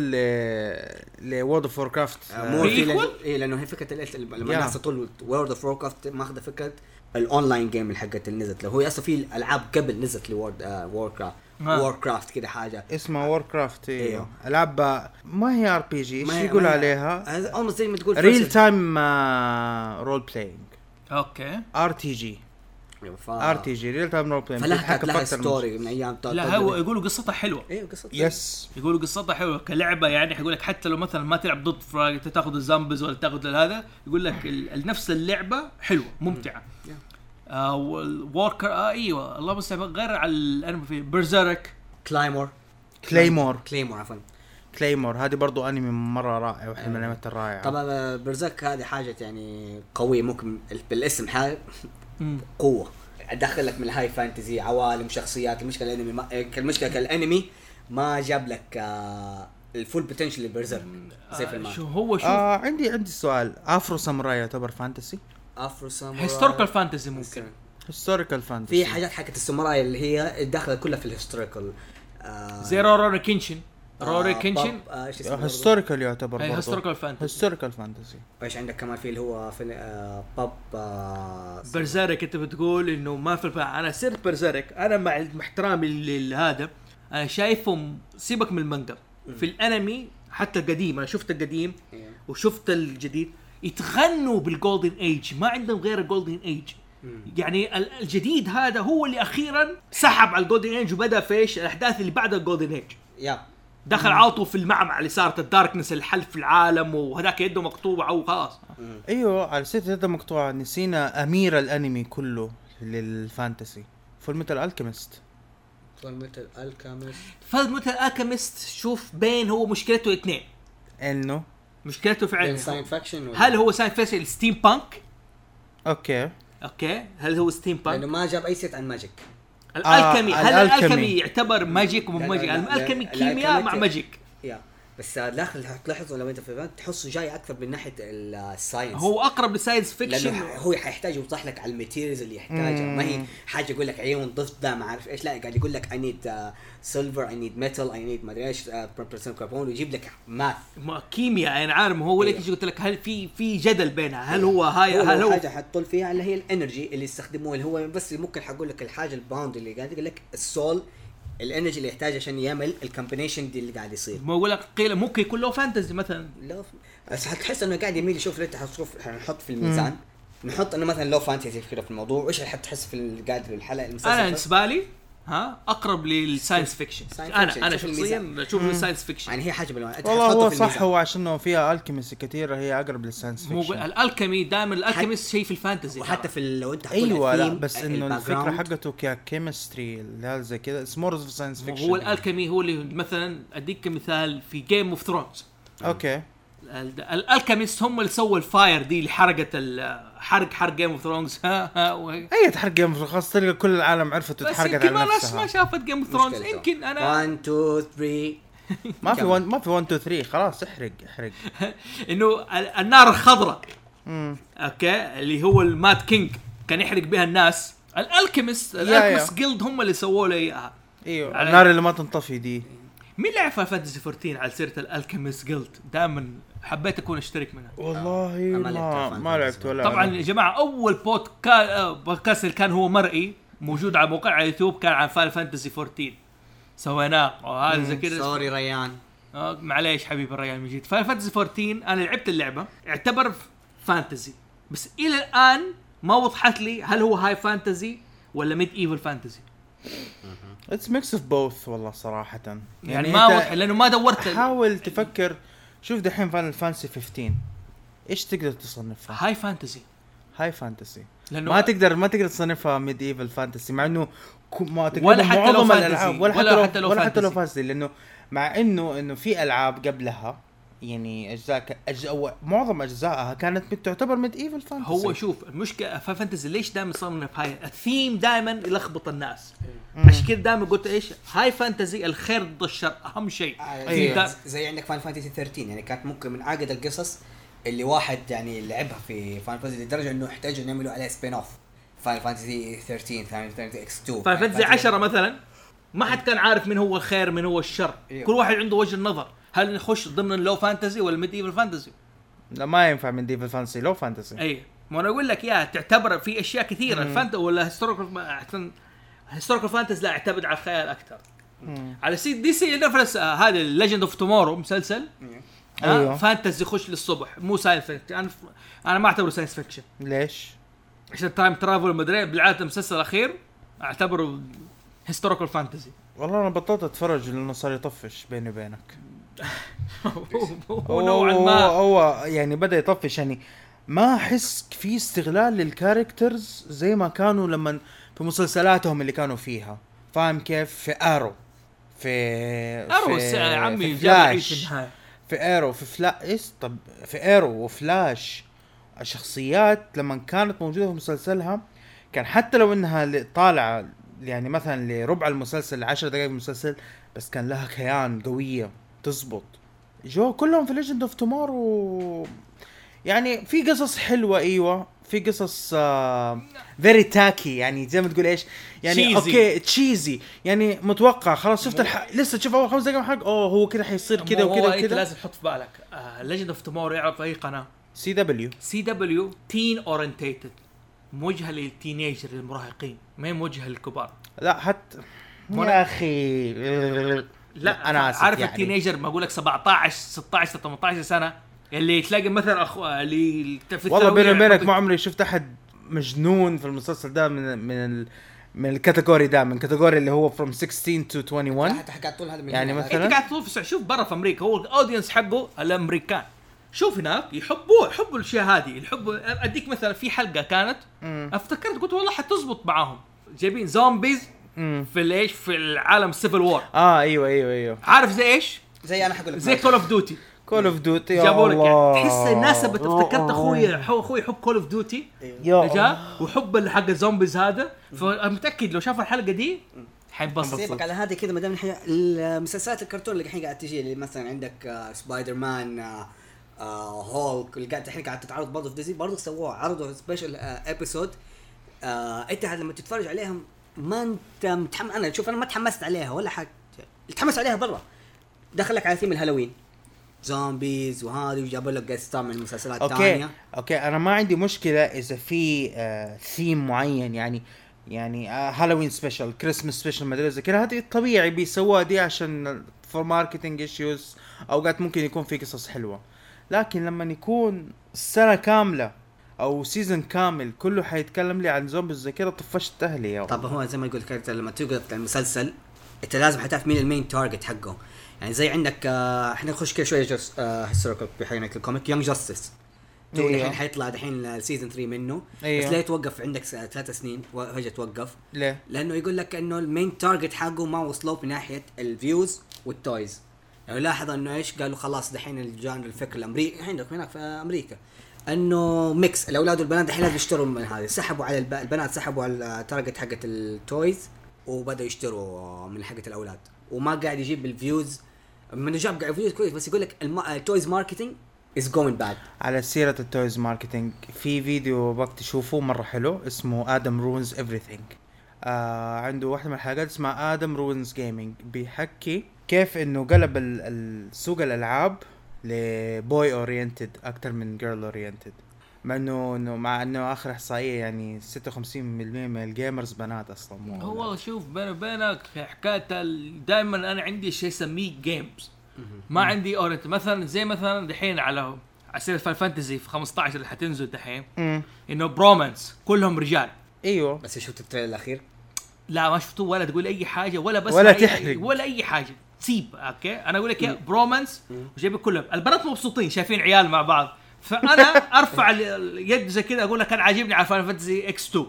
Speaker 3: لورد اوف كرافت
Speaker 2: آه، مو في لأن...
Speaker 1: Prequel؟
Speaker 2: إيه لانه هي فكره ال- ال- لما
Speaker 3: Yeah.
Speaker 2: الناس تقول وورد اوف كرافت ماخذه فكره الاونلاين جيم حقت اللي نزلت له هو اصلا في العاب قبل نزلت لورد وور كرافت
Speaker 1: آه.
Speaker 2: وور كرافت كذا حاجه
Speaker 3: اسمها وور كرافت
Speaker 2: أيوه.
Speaker 3: ايوه العاب ما هي ار بي جي ايش يقول عليها؟ آه،
Speaker 2: اولموست زي ما تقول
Speaker 3: ريل
Speaker 2: first-
Speaker 3: تايم رول بلاينج
Speaker 1: اوكي
Speaker 3: ار تي جي
Speaker 2: أيوة، ف...
Speaker 3: ار تي جي ريل تايم رول بلاينج
Speaker 2: فلها كانت لها ستوري من ايام Todd
Speaker 1: لا
Speaker 2: Todd.
Speaker 1: هو يقولوا قصتها حلوه
Speaker 2: ايوه قصه
Speaker 3: يس
Speaker 1: يقولوا قصتها حلوه كلعبه يعني حيقول لك حتى لو مثلا ما تلعب ضد فراغ انت تاخذ الزامبز ولا تاخذ هذا يقول لك ال- نفس اللعبه حلوه ممتعه آه والوركر آه ايوه الله المستعان غير على الانمي في برزيرك
Speaker 2: كلايمور
Speaker 3: كليمور
Speaker 2: كلايمور عفوا
Speaker 3: كليمور هذه برضو انمي مره رائع واحده
Speaker 2: أيوة.
Speaker 3: من الانميات الرائعه
Speaker 2: طبعا برزك هذه حاجة يعني قوية ممكن بالاسم حال قوة ادخلك من الهاي فانتزي عوالم شخصيات المشكلة الانمي ما... المشكلة كالانمي ما جاب لك آه، الفول بوتنشل لبرزك
Speaker 1: آه
Speaker 2: زي في
Speaker 1: شو
Speaker 2: المانجا
Speaker 1: هو شوف
Speaker 3: آه عندي عندي سؤال افرو ساموراي يعتبر فانتسي
Speaker 2: افرو ساموراي
Speaker 1: هيستوريكال فانتزي ممكن
Speaker 3: هيستوريكال فانتسي
Speaker 2: في حاجات حقت الساموراي اللي هي داخله كلها في الهيستوريكال آه،
Speaker 1: زي روري كينشن روري
Speaker 2: آه،
Speaker 1: كينشن
Speaker 2: باب- آه، ايش اسمه برضه؟
Speaker 3: هيستوريكال يعتبر
Speaker 1: هي
Speaker 3: برضو
Speaker 1: historical fantasy.
Speaker 3: هيستوريكال فانتسي
Speaker 2: ايش عندك كمان في اللي هو في آه، باب آه،
Speaker 1: برزيرك انت بتقول انه ما في الفا- انا صرت برزيرك انا مع مع احترامي لل- لهذا انا شايفهم سيبك من المانجا في الانمي حتى القديم انا شفت القديم
Speaker 2: إيه.
Speaker 1: وشفت الجديد يتغنوا بالجولدن ايج ما عندهم غير الجولدن ايج يعني ال- الجديد هذا هو اللي اخيرا سحب على الجولدن ايج وبدا في ايش الاحداث اللي بعد الجولدن ايج
Speaker 2: يا
Speaker 1: دخل عاطوا في المعمعة اللي صارت الداركنس اللي حل في العالم وهذاك يده مقطوعه وخلاص
Speaker 3: ايوه على سيرة هذا مقطوعة نسينا امير الانمي كله للفانتسي فول ميتال الكيمست
Speaker 2: مثل الكامل
Speaker 1: فمثل الالكيميست شوف بين هو مشكلته اثنين
Speaker 3: انه
Speaker 1: مشكلته
Speaker 2: بين
Speaker 1: فعلا
Speaker 2: ساين فاكشن ولا-
Speaker 1: هل هو ساين فيشن ستيم بانك
Speaker 3: اوكي
Speaker 1: اوكي هل هو ستيم
Speaker 2: لانه
Speaker 1: بانك
Speaker 2: ما جاب اي سيت عن ماجيك
Speaker 1: الالكمي هل
Speaker 3: الألكيمي.
Speaker 1: الالكمي يعتبر ماجيك ومو
Speaker 2: يعني، آه، لا،
Speaker 1: ماجيك
Speaker 2: لا، لا، لا،
Speaker 1: الالكمي
Speaker 2: لا،
Speaker 1: كيمياء مع
Speaker 2: الألكيمي-
Speaker 1: ماجيك
Speaker 2: يا بس آه، داخل هتلاحظوا لو انت في البنك تحسه جاي اكثر من ناحيه ال- الساينس
Speaker 1: هو اقرب لساينس
Speaker 2: لانه
Speaker 1: فيكشن
Speaker 2: هو حيحتاج يوضح لك على الماتيريالز اللي يحتاجها ما هي حاجه يقول لك عيون ضفت ده ما عارف ايش لا قاعد يقول لك uh, اي نيد سيلفر اي نيد ميتال اي نيد ما ادري ايش كربون ويجيب لك ماث
Speaker 1: ما كيمياء انا عارف هو ليك
Speaker 2: أيوه.
Speaker 1: قلت لك هل في في جدل بينها هل هو هاي
Speaker 2: هو
Speaker 1: هل
Speaker 2: لو
Speaker 1: هو
Speaker 2: حاجه حطول فيها اللي هي الانرجي اللي يستخدموها اللي هو بس ممكن حقول لك الحاجه الباوند اللي قاعد يقول لك السول الانرجي اللي يحتاجها عشان يعمل الكومبينيشن دي اللي قاعد يصير
Speaker 1: ما اقول لك قيل ممكن يكون له فانتزي مثلا
Speaker 2: لو بس حتحس انه قاعد يميل يشوف انت حتشوف حنحط في الميزان نحط انه مثلا لو فانتسي كده في الموضوع وايش اللي حتحس في ال- قاعد في الحلقه
Speaker 1: انا
Speaker 2: المسلسل
Speaker 1: بالنسبه لي ها اقرب للساينس فيكشن
Speaker 2: ساينس
Speaker 1: انا
Speaker 2: فيكشن.
Speaker 1: انا
Speaker 2: شوف
Speaker 1: شخصيا
Speaker 2: الميزان.
Speaker 1: اشوف الساينس فيكشن
Speaker 2: يعني هي حاجه بالوان أنت
Speaker 3: والله
Speaker 2: حتحطه
Speaker 3: هو
Speaker 2: في
Speaker 3: صح
Speaker 2: الميزان.
Speaker 3: هو عشان فيها الكيميست كثيره هي اقرب للساينس
Speaker 1: مو
Speaker 3: فيكشن
Speaker 1: الالكيمي دائما الالكيمي شيء في الفانتزي
Speaker 2: وحتى في ال- لو انت حتقول
Speaker 3: ايوه لا
Speaker 2: الثيم،
Speaker 3: بس
Speaker 2: ال-
Speaker 3: انه
Speaker 2: الباك
Speaker 3: الفكره
Speaker 2: جراوند،
Speaker 3: حقته ككيمستري اللي هذا زي كذا اتس مور اوف ساينس فيكشن
Speaker 1: هو الالكيمي هو اللي مثلا اديك مثال في جيم اوف ثرونز
Speaker 3: اوكي
Speaker 1: الالكيميست هم اللي سووا الفاير دي اللي حرقت ال- حرق حرق جيم اوف ثرونز (laughs) ها ها و-
Speaker 3: اي تحرق جيم خلاص تلقى كل العالم عرفت
Speaker 1: بس
Speaker 3: وتحرقت
Speaker 1: يمكن
Speaker 3: على
Speaker 1: ما ناس ما
Speaker 3: نفسها
Speaker 1: شافت جيم اوف
Speaker 2: مشكلة
Speaker 1: ثرونز يمكن انا
Speaker 2: 1 2 3
Speaker 3: ما في وان ما في 1 2 3 خلاص احرق
Speaker 1: (laughs)
Speaker 3: احرق
Speaker 1: انه ال- النار الخضراء اوكي اللي هو المات كينج كان يحرق بها الناس الالكيميست الالكيميست جيلد هم اللي سووا له اياها
Speaker 3: ايوه
Speaker 1: على-
Speaker 3: النار اللي ما تنطفي دي
Speaker 1: مين لعب فاينل فانتسي 14 على سيره الالكيميست جيلد دائما حبيت اكون اشترك منها
Speaker 3: والله
Speaker 2: آه، ما لعبت
Speaker 3: ما ما
Speaker 2: Final
Speaker 3: لعبت
Speaker 2: Fantasy.
Speaker 3: ولا
Speaker 1: طبعا يا جماعه اول بودكا... آه، بودكاست اللي كان هو مرئي موجود على موقع على يوتيوب كان عن فاينل فانتسي 14 سويناه وهذا زي كذا
Speaker 2: سوري ريان
Speaker 1: آه، معليش حبيبي الريال مجيد فاين فانتسي 14 انا لعبت اللعبه اعتبر ف- فانتزي بس الى الان ما وضحت لي هل هو هاي فانتزي ولا ميد ايفل فانتزي
Speaker 3: اتس ميكس اوف بوث والله صراحه
Speaker 1: يعني, ما
Speaker 3: أنت
Speaker 1: وضح لانه ما دورت
Speaker 3: حاول تفكر شوف دحين فاينل فانسي 15 ايش تقدر تصنفها؟
Speaker 1: هاي فانتزي
Speaker 3: هاي فانتسي
Speaker 1: لانه
Speaker 3: ما تقدر ما تقدر تصنفها ميد ايفل فانتسي مع انه كو- ما تقريبا
Speaker 1: ولا حتى لو
Speaker 3: معظم
Speaker 1: فانتسي،
Speaker 3: الالعاب ولا حتى لو, حتى لو ولا حتى لو فانتسي لانه مع انه انه في العاب قبلها يعني اجزاء ك- أج... أو معظم اجزائها كانت بت- تعتبر ميد ايفل فانتسي
Speaker 1: هو شوف المشكله فاين فانتزي ليش دائما صنف هاي الثيم دائما يلخبط الناس عشان كذا دائما قلت ايش هاي فانتزي الخير ضد الشر اهم شيء
Speaker 2: آه، إيه.
Speaker 3: أيوة.
Speaker 1: دا-
Speaker 2: زي عندك فان فانتسي 13 يعني كانت ممكن من اعقد القصص اللي واحد يعني لعبها في فان فانتسي لدرجه انه احتاجوا انه يعملوا عليها سبين اوف فان فانتسي 13 فان فانتسي اكس 2
Speaker 1: فاين فانتزي 10 مثلا ما حد كان عارف من هو الخير من هو الشر
Speaker 2: أيوه.
Speaker 1: كل واحد عنده وجه نظر هل نخش ضمن اللو فانتزي ولا ميد ايفل فانتزي
Speaker 3: لا ما ينفع ميد ايفل فانتسي لو فانتسي
Speaker 1: اي إيه. ما انا اقول لك يا تعتبر في اشياء كثيره الفانت ولا هيستوريكال هيستوريكال فانتزي لا اعتمد على الخيال اكثر
Speaker 3: مم.
Speaker 1: على سي دي سي نفس آه، هذا ليجند اوف تومورو مسلسل آه،
Speaker 3: أيوه.
Speaker 1: فانتزي يخش للصبح مو ساينس فيكشن انا انا ما اعتبره ساينس فيكشن
Speaker 3: ليش؟
Speaker 1: عشان تايم ترافل مدري بالعاده المسلسل الاخير اعتبره هيستوريكال فانتزي
Speaker 3: (laughs) والله انا بطلت اتفرج لانه صار يطفش بيني وبينك
Speaker 1: هو نوعا ما
Speaker 3: هو هو يعني بدا يطفش يعني ما احس في استغلال للكاركترز زي ما كانوا لما في مسلسلاتهم اللي كانوا فيها فاهم كيف في ارو في
Speaker 1: ارو
Speaker 3: في-
Speaker 1: يا آه، عمي
Speaker 3: في
Speaker 1: جاب العيد في
Speaker 3: فلاش
Speaker 1: النهايه
Speaker 3: في ايرو في فلا ايش طب في ايرو وفلاش الشخصيات لما كانت موجوده في مسلسلها كان حتى لو انها ل- طالعه يعني مثلا لربع المسلسل 10 دقائق من المسلسل بس كان لها كيان قويه تزبط جو كلهم في ليجند اوف تومورو يعني في قصص حلوه ايوه في قصص فيري تاكي يعني زي ما تقول ايش يعني
Speaker 1: Cheesy.
Speaker 3: اوكي تشيزي يعني متوقع خلاص شفت الح... لسه تشوف اول خمس دقائق من الحلقه اوه هو كذا حيصير كذا
Speaker 1: هو
Speaker 3: وكذا
Speaker 1: أنت
Speaker 3: وكذا
Speaker 1: إيه، لازم تحط في بالك آه، ليجند اوف تومورو يعرض اي قناه
Speaker 3: سي دبليو
Speaker 1: سي دبليو تين اورينتيتد موجهه للتينيجر للمراهقين ما هي موجهه للكبار
Speaker 3: لا حتى
Speaker 1: مو-
Speaker 3: يا اخي
Speaker 1: لا
Speaker 3: انا اسف
Speaker 1: عارف
Speaker 3: يعني.
Speaker 1: التينيجر ما اقول لك 17 16 18 سنه اللي تلاقي مثلا اخو اللي في
Speaker 3: والله
Speaker 1: الثانوية
Speaker 3: بيني وبينك
Speaker 1: يحط-
Speaker 3: ما عمري شفت احد مجنون في المسلسل ده من من ال... من الكاتيجوري ده من الكاتيجوري اللي هو from 16 to 21
Speaker 2: حتى حكى طول هذا من
Speaker 3: يعني
Speaker 2: هنا.
Speaker 3: مثلا-
Speaker 1: انت إيه، قاعد تطوف شوف برا في امريكا هو الاودينس حقه الامريكان شوف هناك يحبوه يحبوا الاشياء هذه يحبوا اديك مثلا في حلقه كانت
Speaker 3: مم.
Speaker 1: افتكرت قلت والله حتزبط معاهم جايبين زومبيز
Speaker 3: مم.
Speaker 1: في الايش في العالم سيفل وور
Speaker 3: اه ايوه ايوه ايوه
Speaker 1: عارف زي ايش؟
Speaker 2: زي انا حقول لك
Speaker 1: زي كول اوف ديوتي
Speaker 3: كول اوف ديوتي
Speaker 1: جابوا لك يعني تحس ناسبت افتكرت اخوي حو- اخوي يحب كول اوف ديوتي جاء وحب حق الزومبيز هذا فمتاكد لو شاف الحلقه دي
Speaker 2: سيبك
Speaker 1: حينبسط
Speaker 2: على هذه كذا ما دام نحن المسلسلات الكرتون اللي الحين قاعد تجي اللي مثلا عندك آه، سبايدر مان آه، آه، هولك اللي قاعد الحين قاعد تتعرض برضه في ديزني برضه سووها عرضوا آه، سبيشل ابيسود انت آه، لما تتفرج عليهم ما انت متحمس انا شوف انا ما تحمست عليها ولا حاجه اتحمس عليها برا دخلك على ثيم الهالوين زومبيز وهذه وجابوا لك قصة من المسلسلات
Speaker 3: اوكي
Speaker 2: الثانيه
Speaker 3: اوكي انا ما عندي مشكله اذا في آه ثيم معين يعني يعني آه هالوين سبيشل كريسمس سبيشل ما ادري زي كذا هذه طبيعي بيسووها دي عشان فور ماركتنج ايشوز اوقات ممكن يكون في قصص حلوه لكن لما يكون السنه كامله او سيزون كامل كله حيتكلم لي عن زومبي زي كذا طفشت اهلي يا
Speaker 2: طب هو زي ما يقول الكاركتر لما تقرا المسلسل انت لازم حتعرف مين المين تارجت حقه يعني زي عندك آه، احنا نخش كذا شويه هيستوريكال بحينك الكوميك يونج جاستس تو
Speaker 3: أيوه.
Speaker 2: الحين حيطلع دحين سيزون 3 منه
Speaker 3: أيوه.
Speaker 2: بس ليه توقف عندك س- ثلاث سنين و- فجاه توقف
Speaker 3: ليه؟
Speaker 2: لانه يقول لك انه المين تارجت حقه ما وصلوه من ناحيه الفيوز والتويز يعني لاحظ انه ايش قالوا خلاص دحين الجانر الفكر الامريكي عندك هناك في امريكا انه ميكس الاولاد والبنات دحين لازم يشتروا من هذه سحبوا على الب... البنات سحبوا على التارجت حقت التويز وبداوا يشتروا من حقت الاولاد وما قاعد يجيب الفيوز من جاب قاعد فيوز كويس بس يقول لك الم... التويز ماركتينج از جوينج باد
Speaker 3: على سيرة التويز ماركتينج في فيديو باك تشوفه مرة حلو اسمه ادم رونز ايفريثينج آه عنده واحدة من الحلقات اسمها ادم رونز جيمنج بيحكي كيف انه قلب ال- ال- سوق الالعاب لبوي اورينتد اكتر من جيرل اورينتد مع انه انه مع انه اخر احصائيه يعني 56% من الجيمرز بنات اصلا مو أولاد.
Speaker 1: هو شوف بيني وبينك حكايه دائما انا عندي شيء اسميه جيمز ما عندي اورنت مثلا زي مثلا دحين على على سيره فانتزي في 15 اللي حتنزل دحين
Speaker 3: مم.
Speaker 1: انه برومانس كلهم رجال
Speaker 3: ايوه
Speaker 2: بس شفت التريلر الاخير
Speaker 1: لا ما شفتوه ولا تقول اي حاجه ولا بس
Speaker 3: ولا
Speaker 1: أي
Speaker 3: تحرق.
Speaker 1: ولا اي حاجه سيب اوكي انا اقول لك يا برومانس وجايب كلهم البنات مبسوطين شايفين عيال مع بعض
Speaker 3: (laughs)
Speaker 1: فانا ارفع ال- اليد زي كذا اقول لك انا عاجبني على فان فانتسي اكس 2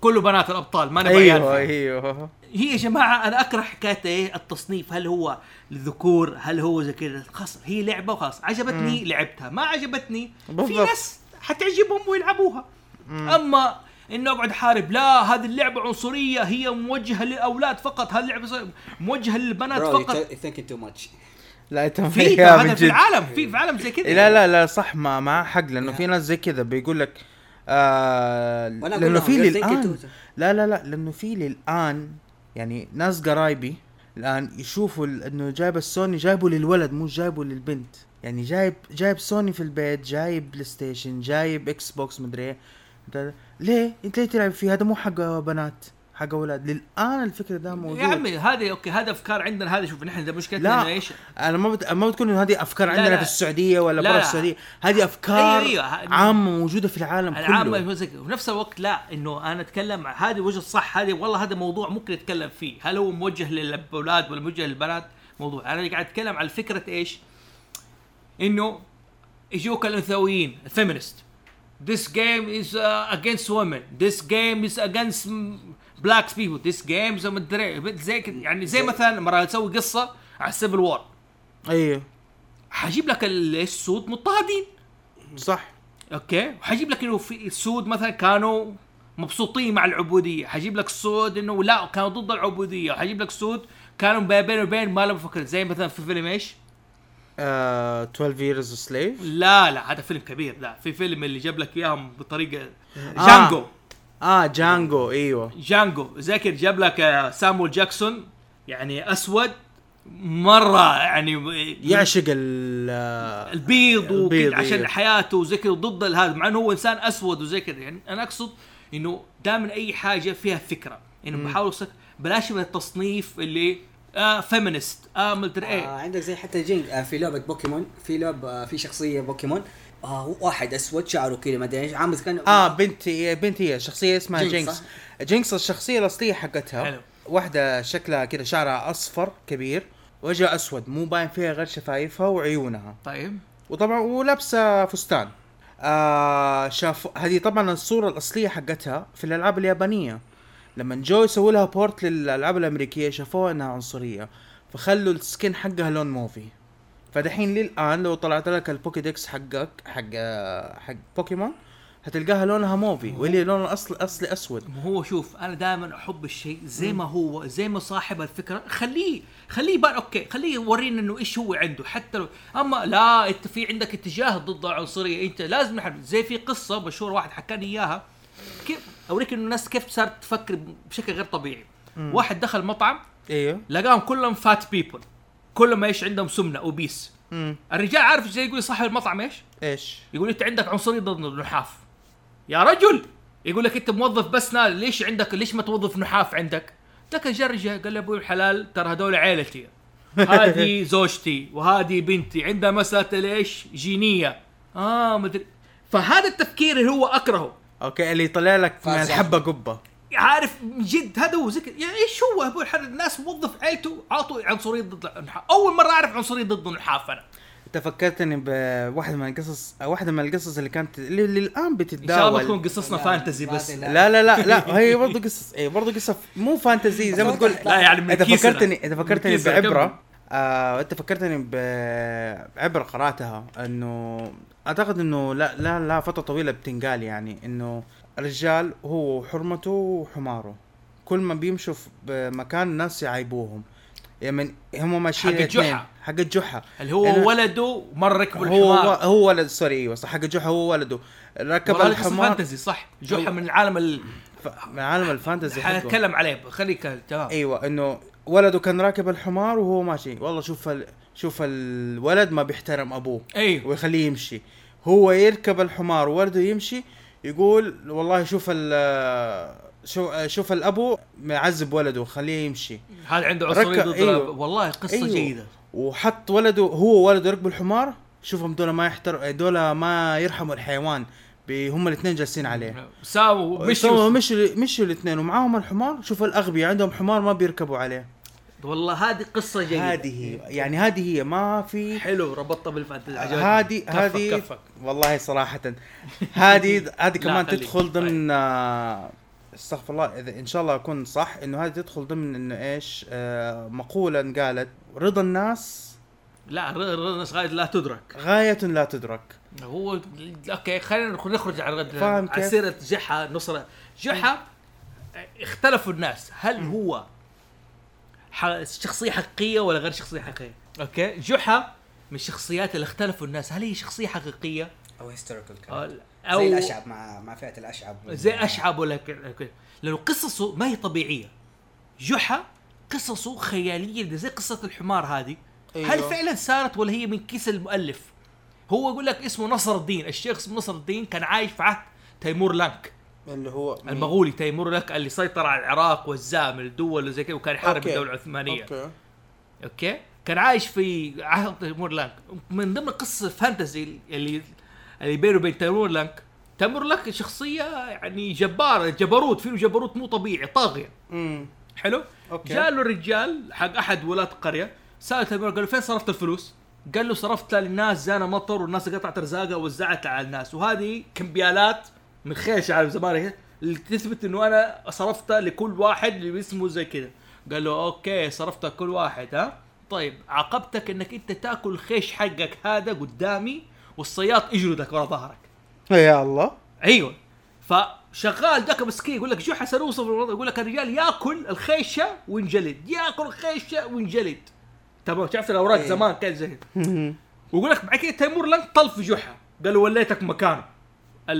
Speaker 1: كله بنات الابطال ما نبغى عيال
Speaker 3: ايوه
Speaker 1: فيه.
Speaker 3: ايوه
Speaker 1: هي يا جماعه انا اكره حكايه ايه التصنيف هل هو للذكور هل هو زي كذا خلاص هي لعبه وخلاص عجبتني لعبتها ما عجبتني في
Speaker 3: بالضبط.
Speaker 1: ناس حتعجبهم ويلعبوها اما انه اقعد احارب لا هذه اللعبه عنصريه هي موجهه للاولاد فقط هذه اللعبه ص- موجهه للبنات
Speaker 2: برو
Speaker 1: فقط
Speaker 2: ثينكينج تو ماتش
Speaker 3: لا انت
Speaker 1: في
Speaker 3: يا من
Speaker 1: هذا في
Speaker 3: جد.
Speaker 1: العالم في في عالم زي كذا
Speaker 3: إيه، لا لا لا صح ما معاه حق لانه في ناس زي كذا بيقول لك آه
Speaker 2: وأنا أقول
Speaker 3: لانه
Speaker 2: لهم
Speaker 3: في
Speaker 2: you're thinking
Speaker 3: للان
Speaker 2: too.
Speaker 3: لا لا لا لانه في للان يعني ناس قرايبي الان يشوفوا ال- انه جايب السوني جايبه للولد مو جايبه للبنت يعني جايب جايب سوني في البيت جايب بلاي ستيشن جايب اكس بوكس مدري إيه. ده- ليه انت ليه تلعب فيه هذا مو حق بنات حق اولاد للان الفكره ده موجود
Speaker 1: يا عمي هذه اوكي هذا افكار عندنا هذا شوف نحن ده مشكلتنا
Speaker 3: لا
Speaker 1: إنه ايش
Speaker 3: انا ما بت... ما بتكون إنه هذه افكار
Speaker 1: لا،
Speaker 3: عندنا
Speaker 1: لا.
Speaker 3: في السعوديه ولا
Speaker 1: لا،
Speaker 3: برا
Speaker 1: لا.
Speaker 3: السعوديه هذه افكار
Speaker 1: أيوة، أيوة، ه-
Speaker 3: عامه موجوده في العالم
Speaker 1: العامة
Speaker 3: كله
Speaker 1: هو زي كده. وفي نفس الوقت لا انه انا اتكلم عن- هذه وجهه صح هذه والله هذا موضوع ممكن نتكلم فيه هل هو موجه للاولاد ولا موجه للبنات موضوع انا قاعد اتكلم على فكره ايش انه يجوك الانثويين feminist this game is uh, against women this game is against mm, black people this game is a مدري- زي كده. يعني زي مثلا مرة تسوي قصه على السيفل وور
Speaker 3: ايوه
Speaker 1: حجيب لك ال- السود مضطهدين
Speaker 3: صح
Speaker 1: اوكي وحجيب لك انه في السود مثلا كانوا مبسوطين مع العبوديه حجيب لك السود انه لا كانوا ضد العبوديه حجيب لك السود كانوا بي- بين وبين ما لهم فكر زي مثلا في فيلم ايش
Speaker 3: آه 12 years a slave
Speaker 1: لا لا هذا فيلم كبير لا في فيلم اللي جاب لك اياهم بطريقه
Speaker 3: آه.
Speaker 1: جانجو
Speaker 3: اه جانجو ايوه
Speaker 1: جانجو ذاكر جاب لك آه، سامويل جاكسون يعني اسود مره يعني
Speaker 3: يعشق ال آه،
Speaker 1: البيض
Speaker 3: البيض،
Speaker 1: وكذا عشان
Speaker 3: إيه.
Speaker 1: حياته وزي كذا ضد هذا مع انه هو انسان اسود وزي كذا يعني انا اقصد انه دائما اي حاجه فيها فكره انه بحاول أوصل- بلاش من التصنيف اللي اه فيمينست اه مدري
Speaker 2: آه
Speaker 1: ايه
Speaker 2: عندك زي حتى جين آه في لعبه بوكيمون في لعبه آه في شخصيه بوكيمون آه واحد اسود شعره كذا ما ادري ايش عامل كان
Speaker 3: اه
Speaker 1: آه.
Speaker 3: بنتي بنتي شخصيه اسمها
Speaker 2: جينكس،
Speaker 3: جينكس
Speaker 2: صح؟
Speaker 3: جينكس الشخصيه الاصليه حقتها
Speaker 1: حلو.
Speaker 3: واحده شكلها كذا شعرها اصفر كبير وجهها اسود مو باين فيها غير شفايفها وعيونها
Speaker 1: طيب
Speaker 3: وطبعا ولابسه فستان آه شاف هذه طبعا الصوره الاصليه حقتها في الالعاب اليابانيه لما جو يسووا لها بورت للالعاب الامريكيه شافوها انها عنصريه فخلوا السكن حقها لون موفي فدحين للان لو طلعت لك البوكيدكس حقك حق حق بوكيمون هتلقاها لونها موفي واللي لونها اصل اصلي اسود
Speaker 1: ما هو شوف انا دائما احب الشيء زي ما هو زي ما صاحب الفكره خليه خليه يبان اوكي خليه يورينا انه ايش هو عنده حتى لو اما لا انت في عندك اتجاه ضد العنصريه انت لازم نحن زي في قصه مشهور واحد حكاني اياها كيف اوريك انه الناس كيف صارت تفكر بشكل غير طبيعي واحد دخل مطعم
Speaker 3: ايوه
Speaker 1: لقاهم كلهم فات بيبل كلهم ايش عندهم سمنه اوبيس
Speaker 3: امم
Speaker 1: الرجال عارف ايش يقول صاحب المطعم ايش؟
Speaker 3: ايش
Speaker 1: يقول انت عندك عنصريه ضد النحاف يا رجل يقول لك انت موظف بس نال ليش عندك ليش ما توظف نحاف عندك ذاك الرجال رجع قال لي ابوي الحلال ترى هذول عيلتي
Speaker 3: (laughs)
Speaker 1: هذه زوجتي وهذه بنتي عندها مساله ليش جينيه اه مدري فهذا التفكير اللي هو اكرهه
Speaker 3: اوكي اللي يطلع لك من
Speaker 2: فاز-
Speaker 3: الحبه قبه
Speaker 1: عارف من جد هذا هو ذكر يعني ايش هو ابو الحلال الناس موظف عيلته عاطوا عنصريه ضد النحاف اول مره اعرف عنصريه ضد النحاف انا
Speaker 3: انت فكرتني بواحده من القصص واحده من القصص اللي كانت اللي اللي الان
Speaker 1: ان شاء الله
Speaker 3: بتتداول
Speaker 1: تكون قصصنا فانتزي بس
Speaker 3: لا لا لا لا هي برضه قصص هي برضه قصه مو فانتزي زي ما تقول
Speaker 1: لا يعني من
Speaker 3: انت
Speaker 1: كيسنا.
Speaker 3: فكرتني انت فكرتني
Speaker 1: من كيسنا، كمل.
Speaker 3: بعبره آه، انت فكرتني ب- بعبره قراتها انه اعتقد انه لا لا لا فتره طويله بتنقال يعني انه الرجال هو حرمته وحماره كل ما بيمشوا في مكان الناس يعيبوهم يعني هم ماشيين
Speaker 1: حق الجحا.
Speaker 3: الاثنين، حق الجحا
Speaker 1: اللي هو
Speaker 3: أنا-
Speaker 1: ولده مر ركب
Speaker 3: هو
Speaker 1: الحمار
Speaker 3: هو ولد سوري ايوه صح حق الجحا هو ولده ركب
Speaker 1: والله قصة
Speaker 3: الحمار
Speaker 1: فانتزي صح جحا من العالم ال...
Speaker 3: ف- من عالم الفانتزي حقه.
Speaker 1: حنتكلم عليه خليك تمام
Speaker 3: ايوه انه ولده كان راكب الحمار وهو ماشي والله شوف ال... شوف الولد ما بيحترم ابوه
Speaker 1: ايوه
Speaker 3: ويخليه يمشي هو يركب الحمار وولده يمشي يقول والله شوف ال شو شوف الابو معذب ولده خليه يمشي
Speaker 1: هذا عنده عنصريه
Speaker 3: ركع-
Speaker 1: ضد
Speaker 3: أيوة.
Speaker 1: الأب. والله قصه
Speaker 3: أيوه.
Speaker 1: جيده
Speaker 3: وحط ولده هو ولده ركب الحمار شوفهم دول ما يحتر دول ما يرحموا الحيوان بي- هم الاثنين جالسين عليه
Speaker 1: ساو
Speaker 3: إيه. مشوا
Speaker 1: مشوا
Speaker 3: مشوا مشوا الاثنين ومعاهم الحمار شوف الاغبياء عندهم حمار ما بيركبوا عليه
Speaker 1: والله هذه قصه جيده
Speaker 3: هذه هي يعني هذه هي ما في
Speaker 1: حلو ربطتها بالفانتزي عجبتني.
Speaker 3: هذه
Speaker 1: كفك-
Speaker 3: هذه
Speaker 1: كفك.
Speaker 3: والله صراحة
Speaker 1: (laughs)
Speaker 3: هذه هذه كمان
Speaker 1: خليك. طيب.
Speaker 3: تدخل ضمن آه، استغفر الله اذا ان شاء الله اكون صح انه هذه تدخل ضمن انه ايش آه، مقولة انقالت رضا الناس
Speaker 1: لا ر- ر- الناس غاية لا تدرك
Speaker 3: غاية لا تدرك
Speaker 1: هو اوكي خلينا نخ- نخرج عن غد
Speaker 3: فاهم
Speaker 1: عن
Speaker 3: كيف؟
Speaker 1: سيره جحا نصره جحا اختلفوا الناس هل هو ح- شخصيه حقيقيه ولا غير شخصيه حقيقيه اوكي جحا من الشخصيات اللي اختلفوا الناس هل هي شخصيه حقيقيه
Speaker 2: او هيستوريكال
Speaker 3: آه.
Speaker 1: او
Speaker 2: زي الاشعب مع مع فئه الاشعب
Speaker 1: آه، زي اشعب ولا ك- ك- لانه قصصه ما هي طبيعيه جحا قصصه خياليه زي قصه الحمار هذه أيوه. هل
Speaker 3: أيوه.
Speaker 1: فعلا صارت ولا هي من كيس المؤلف هو يقول لك اسمه نصر الدين الشيخ اسمه نصر الدين كان عايش في عهد تيمور لانك
Speaker 3: اللي هو
Speaker 1: المغولي تيمور لانك اللي سيطر على العراق والزام الدول وزي كذا وكان يحارب
Speaker 3: أوكي.
Speaker 1: الدوله العثمانيه اوكي كان عايش في عهد تيمور لانك من ضمن قصص الفانتزي اللي اللي بينه وبين تيمور لانك تيمور لانك شخصيه يعني جباره جبروت فيه جبروت مو طبيعي طاغيه حلو
Speaker 3: أوكي.
Speaker 1: جاء له الرجال حق احد ولاة قريه سال تيمور قال له فين صرفت الفلوس قال له صرفتها للناس زانا مطر والناس قطعت رزاقها وزعتها على الناس وهذه كمبيالات من خيش على زمان اللي تثبت انه انا صرفتها لكل واحد اللي اسمه زي كذا قال له اوكي صرفتها كل واحد ها طيب عاقبتك انك انت تاكل الخيش حقك هذا قدامي والصياد يجلدك ورا ظهرك
Speaker 3: إيه يا الله
Speaker 1: ايوه فشغال ذاك مسكين يقول لك جحا سنوصف الوضع يقول لك الرجال ياكل الخيشه وينجلد ياكل الخيشه وينجلد تمام شفت الاوراق
Speaker 2: إيه.
Speaker 1: زمان كان زي ويقول لك بعد كده تيمور لن طل في جحا قال له وليتك مكانه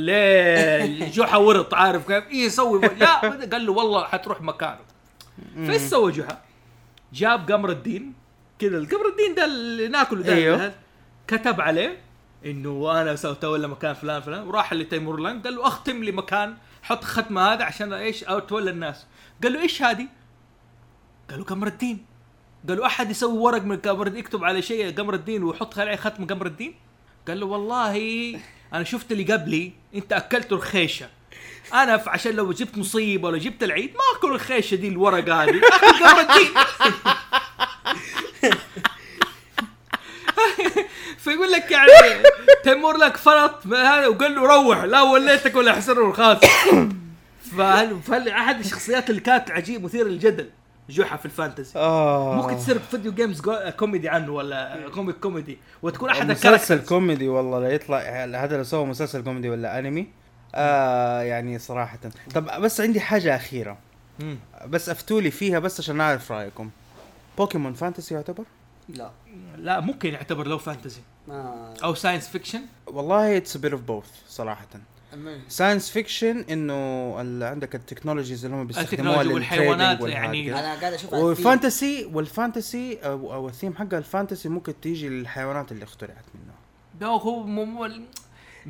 Speaker 1: الليل جحا ورط عارف كيف ايه يسوي لا قال له والله حتروح مكانه فايش سوى جحا؟ جاب قمر الدين كذا قمر الدين ده اللي ناكله ده
Speaker 3: أيوه.
Speaker 1: هذا. كتب عليه انه انا ساتولى مكان فلان فلان وراح لتيمور لانج قال له اختم لي مكان حط ختم هذا عشان ايش اتولى الناس قال له ايش هذه؟ قالوا قمر الدين قالوا احد يسوي ورق من قمر الدين يكتب على شيء قمر الدين ويحط عليه ختم قمر الدين قال له والله انا شفت اللي قبلي انت اكلته الخيشه انا ف- عشان لو جبت مصيبه ولا جبت العيد ما اكل الخيشه دي الورقه هذه اكل قمر الدين (laughs) فيقول لك يعني تيمور لك فرط ما هذا وقال له روح لا وليتك ولا (coughs) حسن خالص فهل فهل احد الشخصيات اللي كانت عجيب مثيره للجدل جحا في الفانتزي
Speaker 3: اه
Speaker 1: ممكن تصير فيديو جيمز جو- كوميدي عنه ولا كوميك كوميدي وتكون احد
Speaker 3: مسلسل
Speaker 1: الكاركترز
Speaker 3: كوميدي والله لا يطلع هذا لو سوى مسلسل كوميدي ولا انمي آه يعني صراحة طب بس عندي حاجة أخيرة
Speaker 1: مم.
Speaker 3: بس افتولي فيها بس عشان أعرف رأيكم بوكيمون فانتسي يعتبر؟
Speaker 2: لا
Speaker 1: لا ممكن يعتبر لو فانتزي
Speaker 2: ما
Speaker 1: او ساينس فيكشن
Speaker 3: والله اتس بيت اوف بوث صراحة ساينس فيكشن انه ال- عندك التكنولوجيز اللي هم بيستخدموها
Speaker 1: التكنولوجي والحيوانات
Speaker 3: للtrading والحاجات
Speaker 1: يعني.
Speaker 3: كده.
Speaker 2: انا قاعد اشوف
Speaker 3: والفانتسي والفانتسي او, أو الثيم آه، حقها الفانتسي ممكن تيجي للحيوانات اللي اخترعت منها
Speaker 1: ده هو مو مو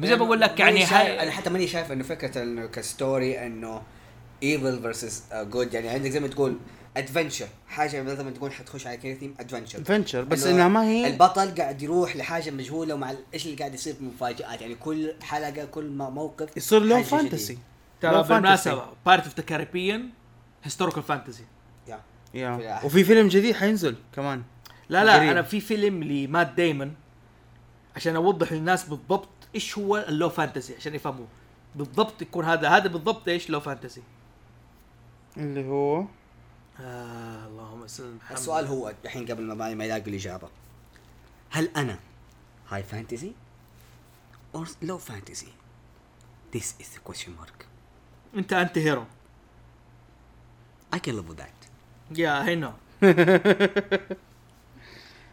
Speaker 1: زي ما بقول لك يعني
Speaker 2: هاي...
Speaker 1: هاي
Speaker 2: انا حتى ماني شايف انه فكره انه كستوري انه ايفل فيرسز جود يعني عندك زي ما تقول ادفنشر حاجه مثلا ما تقول حتخش على كذا ثيم ادفنشر
Speaker 3: فينشر بس
Speaker 2: إنه
Speaker 3: انها ما هي
Speaker 2: البطل قاعد يروح لحاجه مجهوله ومع ال- ايش اللي قاعد يصير في مفاجات يعني كل حلقه كل ما موقف
Speaker 3: يصير له
Speaker 2: حاجة
Speaker 3: فانتسي
Speaker 1: ترى
Speaker 3: لو fantasy.
Speaker 1: بالمناسبه بارت اوف ذا كاريبيان هيستوريكال فانتزي
Speaker 2: يا.
Speaker 3: يا.
Speaker 2: في-
Speaker 3: وفي فيلم جديد حينزل كمان
Speaker 1: لا لا
Speaker 3: قريب.
Speaker 1: انا في فيلم لمات دايمون عشان اوضح للناس بالضبط ايش هو اللو فانتزي عشان يفهموه بالضبط يكون هذا هذا بالضبط ايش لو فانتزي
Speaker 3: اللي هو
Speaker 1: آه اللهم صل محمد
Speaker 2: السؤال هو الحين قبل ما ما- ما يلاقوا الاجابه هل انا هاي فانتزي or low fantasy this is the question mark
Speaker 1: انت انت هيرو
Speaker 2: I can live with that
Speaker 1: يا هينو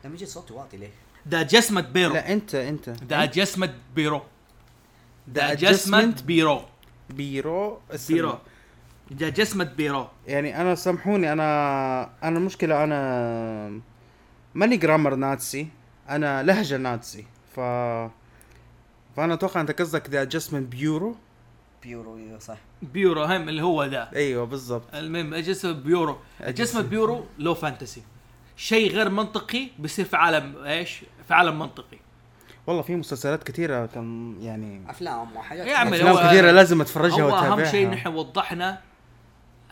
Speaker 2: لما جيت صوتي واطي ليه؟
Speaker 1: ده جسمة بيرو
Speaker 3: لا انت انت
Speaker 1: ده جسمة بيرو ده
Speaker 3: The
Speaker 1: جسمة
Speaker 3: adjustment
Speaker 1: بيرو
Speaker 3: بيرو استنى.
Speaker 1: بيرو ده جسمة بيرو
Speaker 3: يعني انا سامحوني انا انا المشكله انا ماني جرامر ناتسي انا لهجه ناتسي ف فانا اتوقع انت قصدك ذا ادجستمنت بيورو
Speaker 2: بيورو إيوه صح
Speaker 1: بيورو هم اللي هو ده
Speaker 3: ايوه بالضبط
Speaker 1: المهم جسم بيورو جسم
Speaker 3: جسم.
Speaker 1: بيورو لو فانتسي شيء غير منطقي بيصير في عالم ايش في عالم منطقي
Speaker 3: والله في مسلسلات كثيره كان يعني
Speaker 2: افلام وحاجات
Speaker 1: يا عم
Speaker 2: كده.
Speaker 1: لو-
Speaker 3: افلام كثيره لازم اتفرجها
Speaker 1: يعني هو
Speaker 3: واتابعها
Speaker 1: اهم شيء نحن وضحنا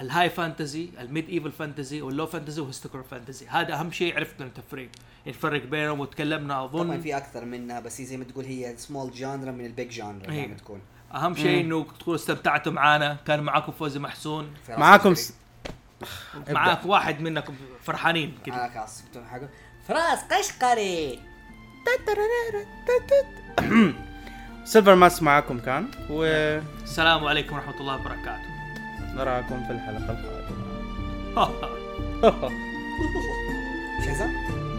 Speaker 1: الهاي فانتزي الميد ايفل فانتزي واللو فانتزي والهيستوريكال فانتزي هذا اهم شيء عرفنا التفريق نفرق بينهم وتكلمنا
Speaker 2: طبعا
Speaker 1: اظن
Speaker 2: في اكثر منها بس هي زي ما تقول هي سمول جانرا من البيج جانرا
Speaker 1: إيه.
Speaker 2: دائما تكون
Speaker 1: اهم شيء انه تكونوا استمتعتوا معنا كان معاكم فوزي محسون
Speaker 2: فراس
Speaker 3: معاكم (laughs)
Speaker 2: قشري.
Speaker 3: س...
Speaker 1: معاك واحد منكم فرحانين كده
Speaker 2: معاك عاصف حقه فراس قشقري
Speaker 3: سيلفر ماس معاكم كان ونراكم
Speaker 1: السلام عليكم ورحمه الله وبركاته (laughs)
Speaker 3: في الحلقه القادمه
Speaker 2: شزا
Speaker 1: طيب.